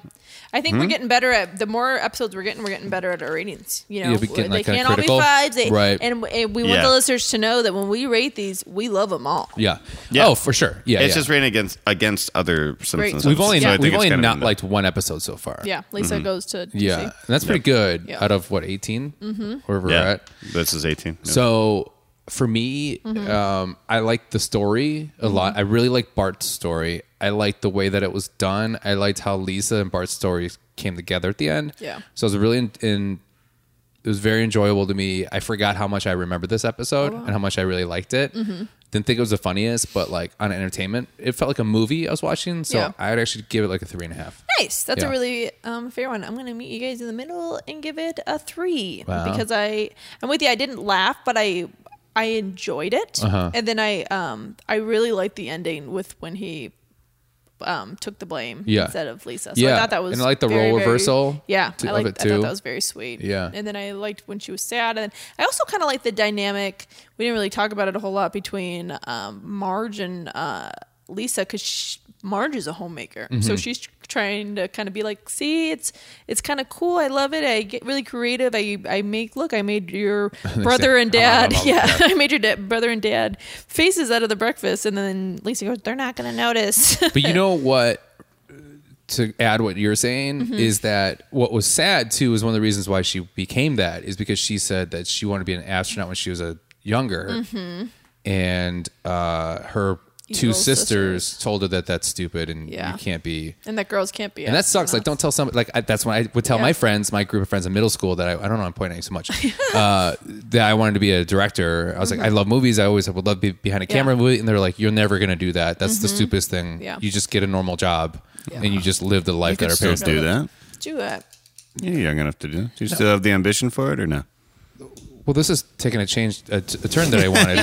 Speaker 2: I think
Speaker 1: Hmm?
Speaker 2: we're getting better at the more episodes we're getting, we're getting better at our ratings. You know,
Speaker 1: Yeah, we getting,
Speaker 2: they
Speaker 1: like, kinda
Speaker 2: can't
Speaker 1: critical.
Speaker 2: all be fives, they,
Speaker 1: Right.
Speaker 2: And, and we want
Speaker 1: Yeah.
Speaker 2: the listeners to know that when we rate these, we love them all.
Speaker 1: Yeah. Oh, for sure. Yeah.
Speaker 3: it's
Speaker 1: yeah.
Speaker 3: just rating against against other
Speaker 2: Right.
Speaker 3: Simpsons.
Speaker 1: We've only
Speaker 3: episodes, so I think
Speaker 1: we've
Speaker 3: it's
Speaker 1: only
Speaker 3: kind of
Speaker 1: not
Speaker 3: in the-
Speaker 1: liked one episode so far.
Speaker 2: Yeah, Lisa goes to DC.
Speaker 1: Mm-hmm. Yeah, and that's pretty good
Speaker 2: Yeah.
Speaker 1: out of what 18
Speaker 2: Mhm.
Speaker 1: wherever we're
Speaker 3: Yeah.
Speaker 1: at.
Speaker 3: This is eighteen. yeah.
Speaker 1: So for me,
Speaker 2: Mhm.
Speaker 1: um, I liked the story
Speaker 2: Mm-hmm.
Speaker 1: a lot. I really liked Bart's story. I liked the way that it was done. I liked how Lisa and Bart's stories came together at the end.
Speaker 2: Yeah.
Speaker 1: So it was really in, in it was very enjoyable to me. I forgot how much I remembered this episode
Speaker 2: Oh, wow.
Speaker 1: and how much I really liked it.
Speaker 2: Mhm.
Speaker 1: Didn't think it was the funniest, but like on entertainment, it felt like a movie I was watching. So
Speaker 2: Yeah.
Speaker 1: I'd actually give it like a three and a half.
Speaker 2: Nice. That's
Speaker 1: Yeah.
Speaker 2: a really um, fair one. I'm going to meet you guys in the middle and give it a three
Speaker 1: Wow.
Speaker 2: because I I'm with you. I didn't laugh, but I I enjoyed it,
Speaker 1: Uh-huh.
Speaker 2: and then I um I really liked the ending with when he um took the blame
Speaker 1: Yeah.
Speaker 2: instead of Lisa. So I
Speaker 1: Yeah.
Speaker 2: thought that was
Speaker 1: And I liked the
Speaker 2: very,
Speaker 1: role
Speaker 2: very-
Speaker 1: reversal
Speaker 2: yeah,
Speaker 1: to-
Speaker 2: I
Speaker 1: of
Speaker 2: liked
Speaker 1: it
Speaker 2: I thought
Speaker 1: too.
Speaker 2: that was very sweet.
Speaker 1: Yeah.
Speaker 2: and then I liked when she was sad, and I also kind of liked the dynamic. We didn't really talk about it a whole lot between um, Marge and. Uh, Lisa because Marge is a homemaker, so
Speaker 1: Mm-hmm.
Speaker 16: Mhm.
Speaker 2: she's tr- trying to kind of be like, "See, it's it's kind of cool. I love it. I get really creative. I I make look. I made your
Speaker 1: [laughs]
Speaker 16: say,
Speaker 2: brother and
Speaker 16: "Ah, blah,
Speaker 2: dad. [laughs]
Speaker 16: blah, blah."
Speaker 2: yeah, I made your da- brother and dad faces out of the breakfast." And then Lisa goes, "They're not gonna notice." [laughs]
Speaker 1: but you know what to add what you're saying
Speaker 2: Mhm.
Speaker 1: is that what was sad too is one of the reasons why she became that is because she said that she wanted to be an astronaut when she was a younger
Speaker 2: Mhm.
Speaker 1: and uh, her two
Speaker 2: Evil
Speaker 1: sisters, told her that that's stupid and
Speaker 2: Yeah.
Speaker 1: you can't be
Speaker 2: and that girls can't be.
Speaker 1: and that sucks. Like, don't tell somebody. Like, I, that's when I would tell
Speaker 2: Yeah.
Speaker 1: my friends, my group of friends in middle school, that I, I don't know. I'm pointing at you so much.
Speaker 2: [laughs]
Speaker 1: uh, that I wanted to be a director. I was
Speaker 2: Mhm.
Speaker 1: like, I love movies. I always would love to be behind a
Speaker 2: Yeah.
Speaker 1: camera movie. And they're like, you're never gonna do that. That's the
Speaker 2: Mhm.
Speaker 1: stupidest thing.
Speaker 2: Yeah.
Speaker 1: You just get a normal job and you just live the life
Speaker 3: You
Speaker 1: that our
Speaker 3: could
Speaker 1: parents
Speaker 3: still do that.
Speaker 2: do it.
Speaker 3: You're young enough to do. it. Do you still have the ambition for it or no?
Speaker 1: well, this is taking a change, a, t- a turn that I
Speaker 2: [laughs]
Speaker 1: wanted.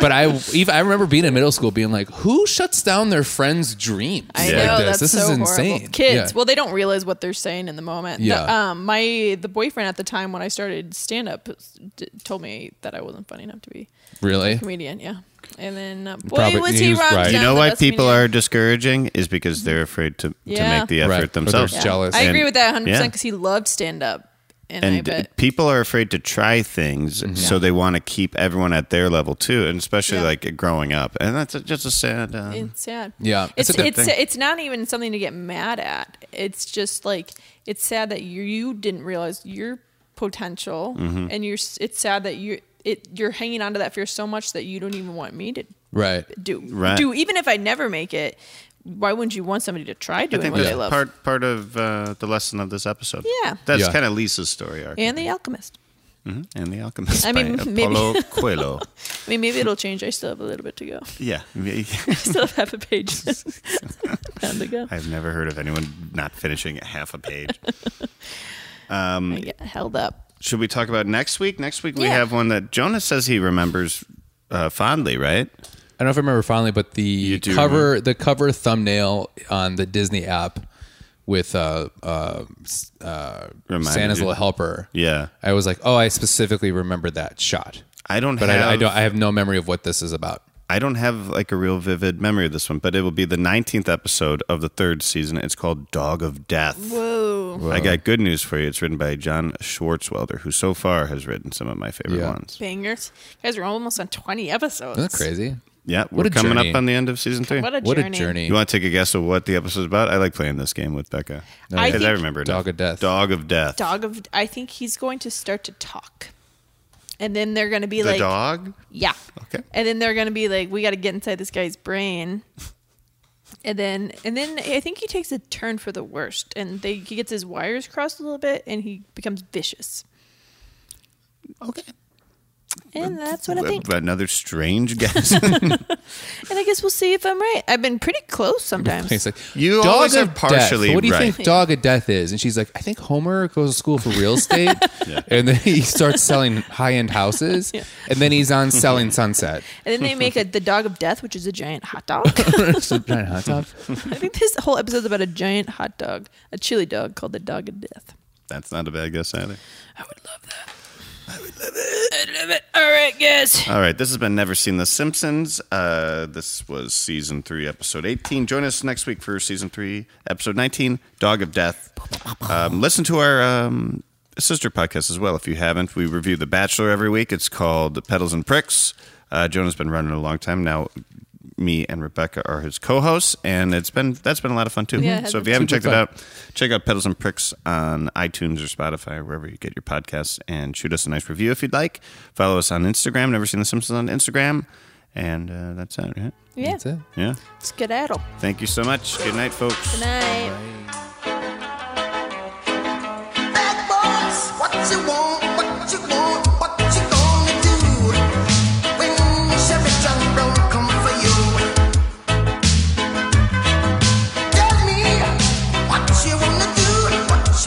Speaker 1: but I, even, I remember being in middle school, being like, "Who shuts down their friend's dreams
Speaker 2: I
Speaker 1: like
Speaker 2: know
Speaker 1: this?
Speaker 2: that's
Speaker 1: this
Speaker 2: so
Speaker 1: is
Speaker 2: horrible.
Speaker 1: insane."
Speaker 2: Kids,
Speaker 1: Yeah.
Speaker 2: well, they don't realize what they're saying in the moment. The-
Speaker 1: Yeah.
Speaker 2: um, my the boyfriend at the time when I started stand up d- told me that I wasn't funny enough to be
Speaker 3: Really?
Speaker 2: a [laughs] comedian. Yeah, and then uh, boy
Speaker 1: Probably-
Speaker 2: was
Speaker 1: he
Speaker 2: he,
Speaker 1: was
Speaker 2: wrong.
Speaker 1: right.
Speaker 3: You
Speaker 2: Down
Speaker 3: know
Speaker 2: the
Speaker 3: why
Speaker 2: best
Speaker 3: people
Speaker 2: comedian.
Speaker 3: are discouraging is because they're afraid to,
Speaker 2: Yeah.
Speaker 3: to make the
Speaker 1: Right.
Speaker 3: effort
Speaker 1: Or they're
Speaker 3: themselves.
Speaker 2: Yeah. I agree with that 100 percent
Speaker 3: Yeah.
Speaker 2: because he loved stand up, and, I
Speaker 3: and
Speaker 2: bet
Speaker 3: people are afraid to try things,
Speaker 1: Mm-hmm.
Speaker 3: so they want to keep everyone at their level too, and especially like growing up. And that's a, just a sad. Um,
Speaker 2: It's sad.
Speaker 3: Yeah,
Speaker 2: it's
Speaker 3: it's a good
Speaker 2: it's
Speaker 3: thing.
Speaker 2: it's not even something to get mad at. It's just like it's sad that you, you didn't realize your potential,
Speaker 3: Mm-hmm.
Speaker 1: Mhm.
Speaker 2: and you're. s- It's sad that you it you're hanging on to that fear so much that you don't even want me to
Speaker 1: Right.
Speaker 2: do
Speaker 3: Right.
Speaker 2: do even if I never make it. Why wouldn't you want somebody to try
Speaker 3: I
Speaker 2: doing
Speaker 3: think
Speaker 2: what
Speaker 3: that's
Speaker 2: they love?
Speaker 3: part part of uh, the lesson of this episode.
Speaker 2: Yeah.
Speaker 3: that's
Speaker 1: Yeah.
Speaker 3: kind of Lisa's story arc.
Speaker 2: and the alchemist.
Speaker 3: Mhm. And the Alchemist.
Speaker 2: I
Speaker 3: I
Speaker 2: mean,
Speaker 3: mean,
Speaker 2: maybe-
Speaker 3: Apollo
Speaker 2: [laughs]
Speaker 3: Coelho.
Speaker 2: I mean, maybe it'll change. I still have a little bit to go.
Speaker 3: Yeah,
Speaker 2: I still have half a page. [laughs] Time to go.
Speaker 3: [laughs] I've never heard of anyone not finishing half a page. Um,
Speaker 2: I get held up.
Speaker 3: Should we talk about next week? Next week we
Speaker 2: Yeah.
Speaker 3: have one that Jonas says he remembers uh, fondly, right?
Speaker 1: I don't know if I remember fondly, but the
Speaker 3: do
Speaker 1: cover,
Speaker 3: remember.
Speaker 1: the cover thumbnail on the Disney app with uh, uh, s- uh,
Speaker 3: Reminded
Speaker 1: Santa's
Speaker 3: you.
Speaker 1: little helper.
Speaker 3: Yeah.
Speaker 1: I was like, oh, I specifically remember that shot.
Speaker 3: I don't.
Speaker 1: But
Speaker 3: have,
Speaker 1: I, I don't. I have no memory of what this is about.
Speaker 3: I don't have like a real vivid memory of this one, but it will be the 19th episode of the third season. It's called Dog of Death.
Speaker 2: Whoa.
Speaker 3: I got good news for you. It's written by John Schwartzwelder, who so far has written some of my favorite ones.
Speaker 2: Bangers. Guys, we're almost on 20 episodes.
Speaker 3: Yeah,
Speaker 1: What
Speaker 3: we're
Speaker 1: a
Speaker 3: coming
Speaker 1: journey.
Speaker 3: up on the end of season three.
Speaker 2: What a What a journey. journey.
Speaker 1: [laughs]
Speaker 3: You want to take a guess of what the episode's about? I like playing this game with Becca.
Speaker 2: I
Speaker 3: Because I
Speaker 2: think-
Speaker 3: remember
Speaker 1: Dog of Death.
Speaker 3: Dog of Death.
Speaker 2: Dog of, I think he's going to start to talk. And then they're going to be
Speaker 3: the
Speaker 2: like,
Speaker 3: dog?
Speaker 2: Yeah.
Speaker 3: Okay.
Speaker 2: And then they're going to be like, we got to get inside this guy's brain. And then, and then I think he takes a turn for the worst, and they he gets his wires crossed a little bit, and he becomes vicious.
Speaker 3: Okay.
Speaker 2: And that's what I think.
Speaker 3: Another strange [laughs] guess.
Speaker 2: And I guess we'll see if I'm right. I've been pretty close sometimes.
Speaker 1: It's like,
Speaker 3: You
Speaker 1: dog
Speaker 3: always are
Speaker 1: of
Speaker 3: partially
Speaker 1: death. What do you
Speaker 3: right.
Speaker 1: think dog of death is? And she's like, I think Homer goes to school for real
Speaker 3: [laughs]
Speaker 1: estate, and then he starts selling high end houses, and then he's on selling Sunset.
Speaker 2: And then they make
Speaker 3: [laughs]
Speaker 2: a, the dog of death, which is a giant hot dog. [laughs]
Speaker 1: It's a giant hot dog.
Speaker 2: I think this whole episode's about a giant hot dog, a chili dog called the dog of death.
Speaker 3: That's not a bad guess either.
Speaker 2: I love it. All right, guys.
Speaker 3: All right, this has been Never Seen The Simpsons. Uh, this was season three, episode 18. Join us next week for season three, episode 19, Dog of Death. Um, listen to our um, sister podcast as well if you haven't. We review The Bachelor every week. It's called Petals and Pricks. Uh, Jonah's been running it a long time now. Me and Rebecca are his co-hosts, and it's been that's been a lot of fun too.
Speaker 1: Yeah, it has
Speaker 3: so if
Speaker 1: been
Speaker 3: you haven't
Speaker 1: super
Speaker 3: checked it
Speaker 1: fun.
Speaker 3: out, check out Petals and Pricks on iTunes or Spotify or wherever you get your podcasts, and shoot us a nice review if you'd like. Follow us on Instagram. Never seen the Simpsons on Instagram, and uh, that's it. Right?
Speaker 2: Yeah. That's it.
Speaker 3: Yeah.
Speaker 2: Skedaddle.
Speaker 3: Thank you so much. Good night, folks.
Speaker 2: Good night.
Speaker 15: What you want, what you want, what you gonna do when Chevy John don't come for you? Tell me what you wanna do, what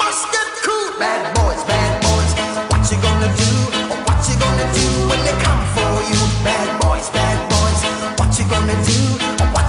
Speaker 15: must get cool. Bad boys, bad boys, what you gonna do? Or what you gonna do when they come for you? Bad boys, bad boys, what you gonna do? Or what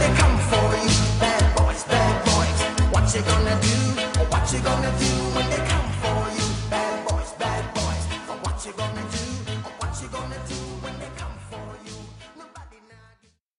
Speaker 15: they come for you? Bad boys, bad boys, what you gonna do?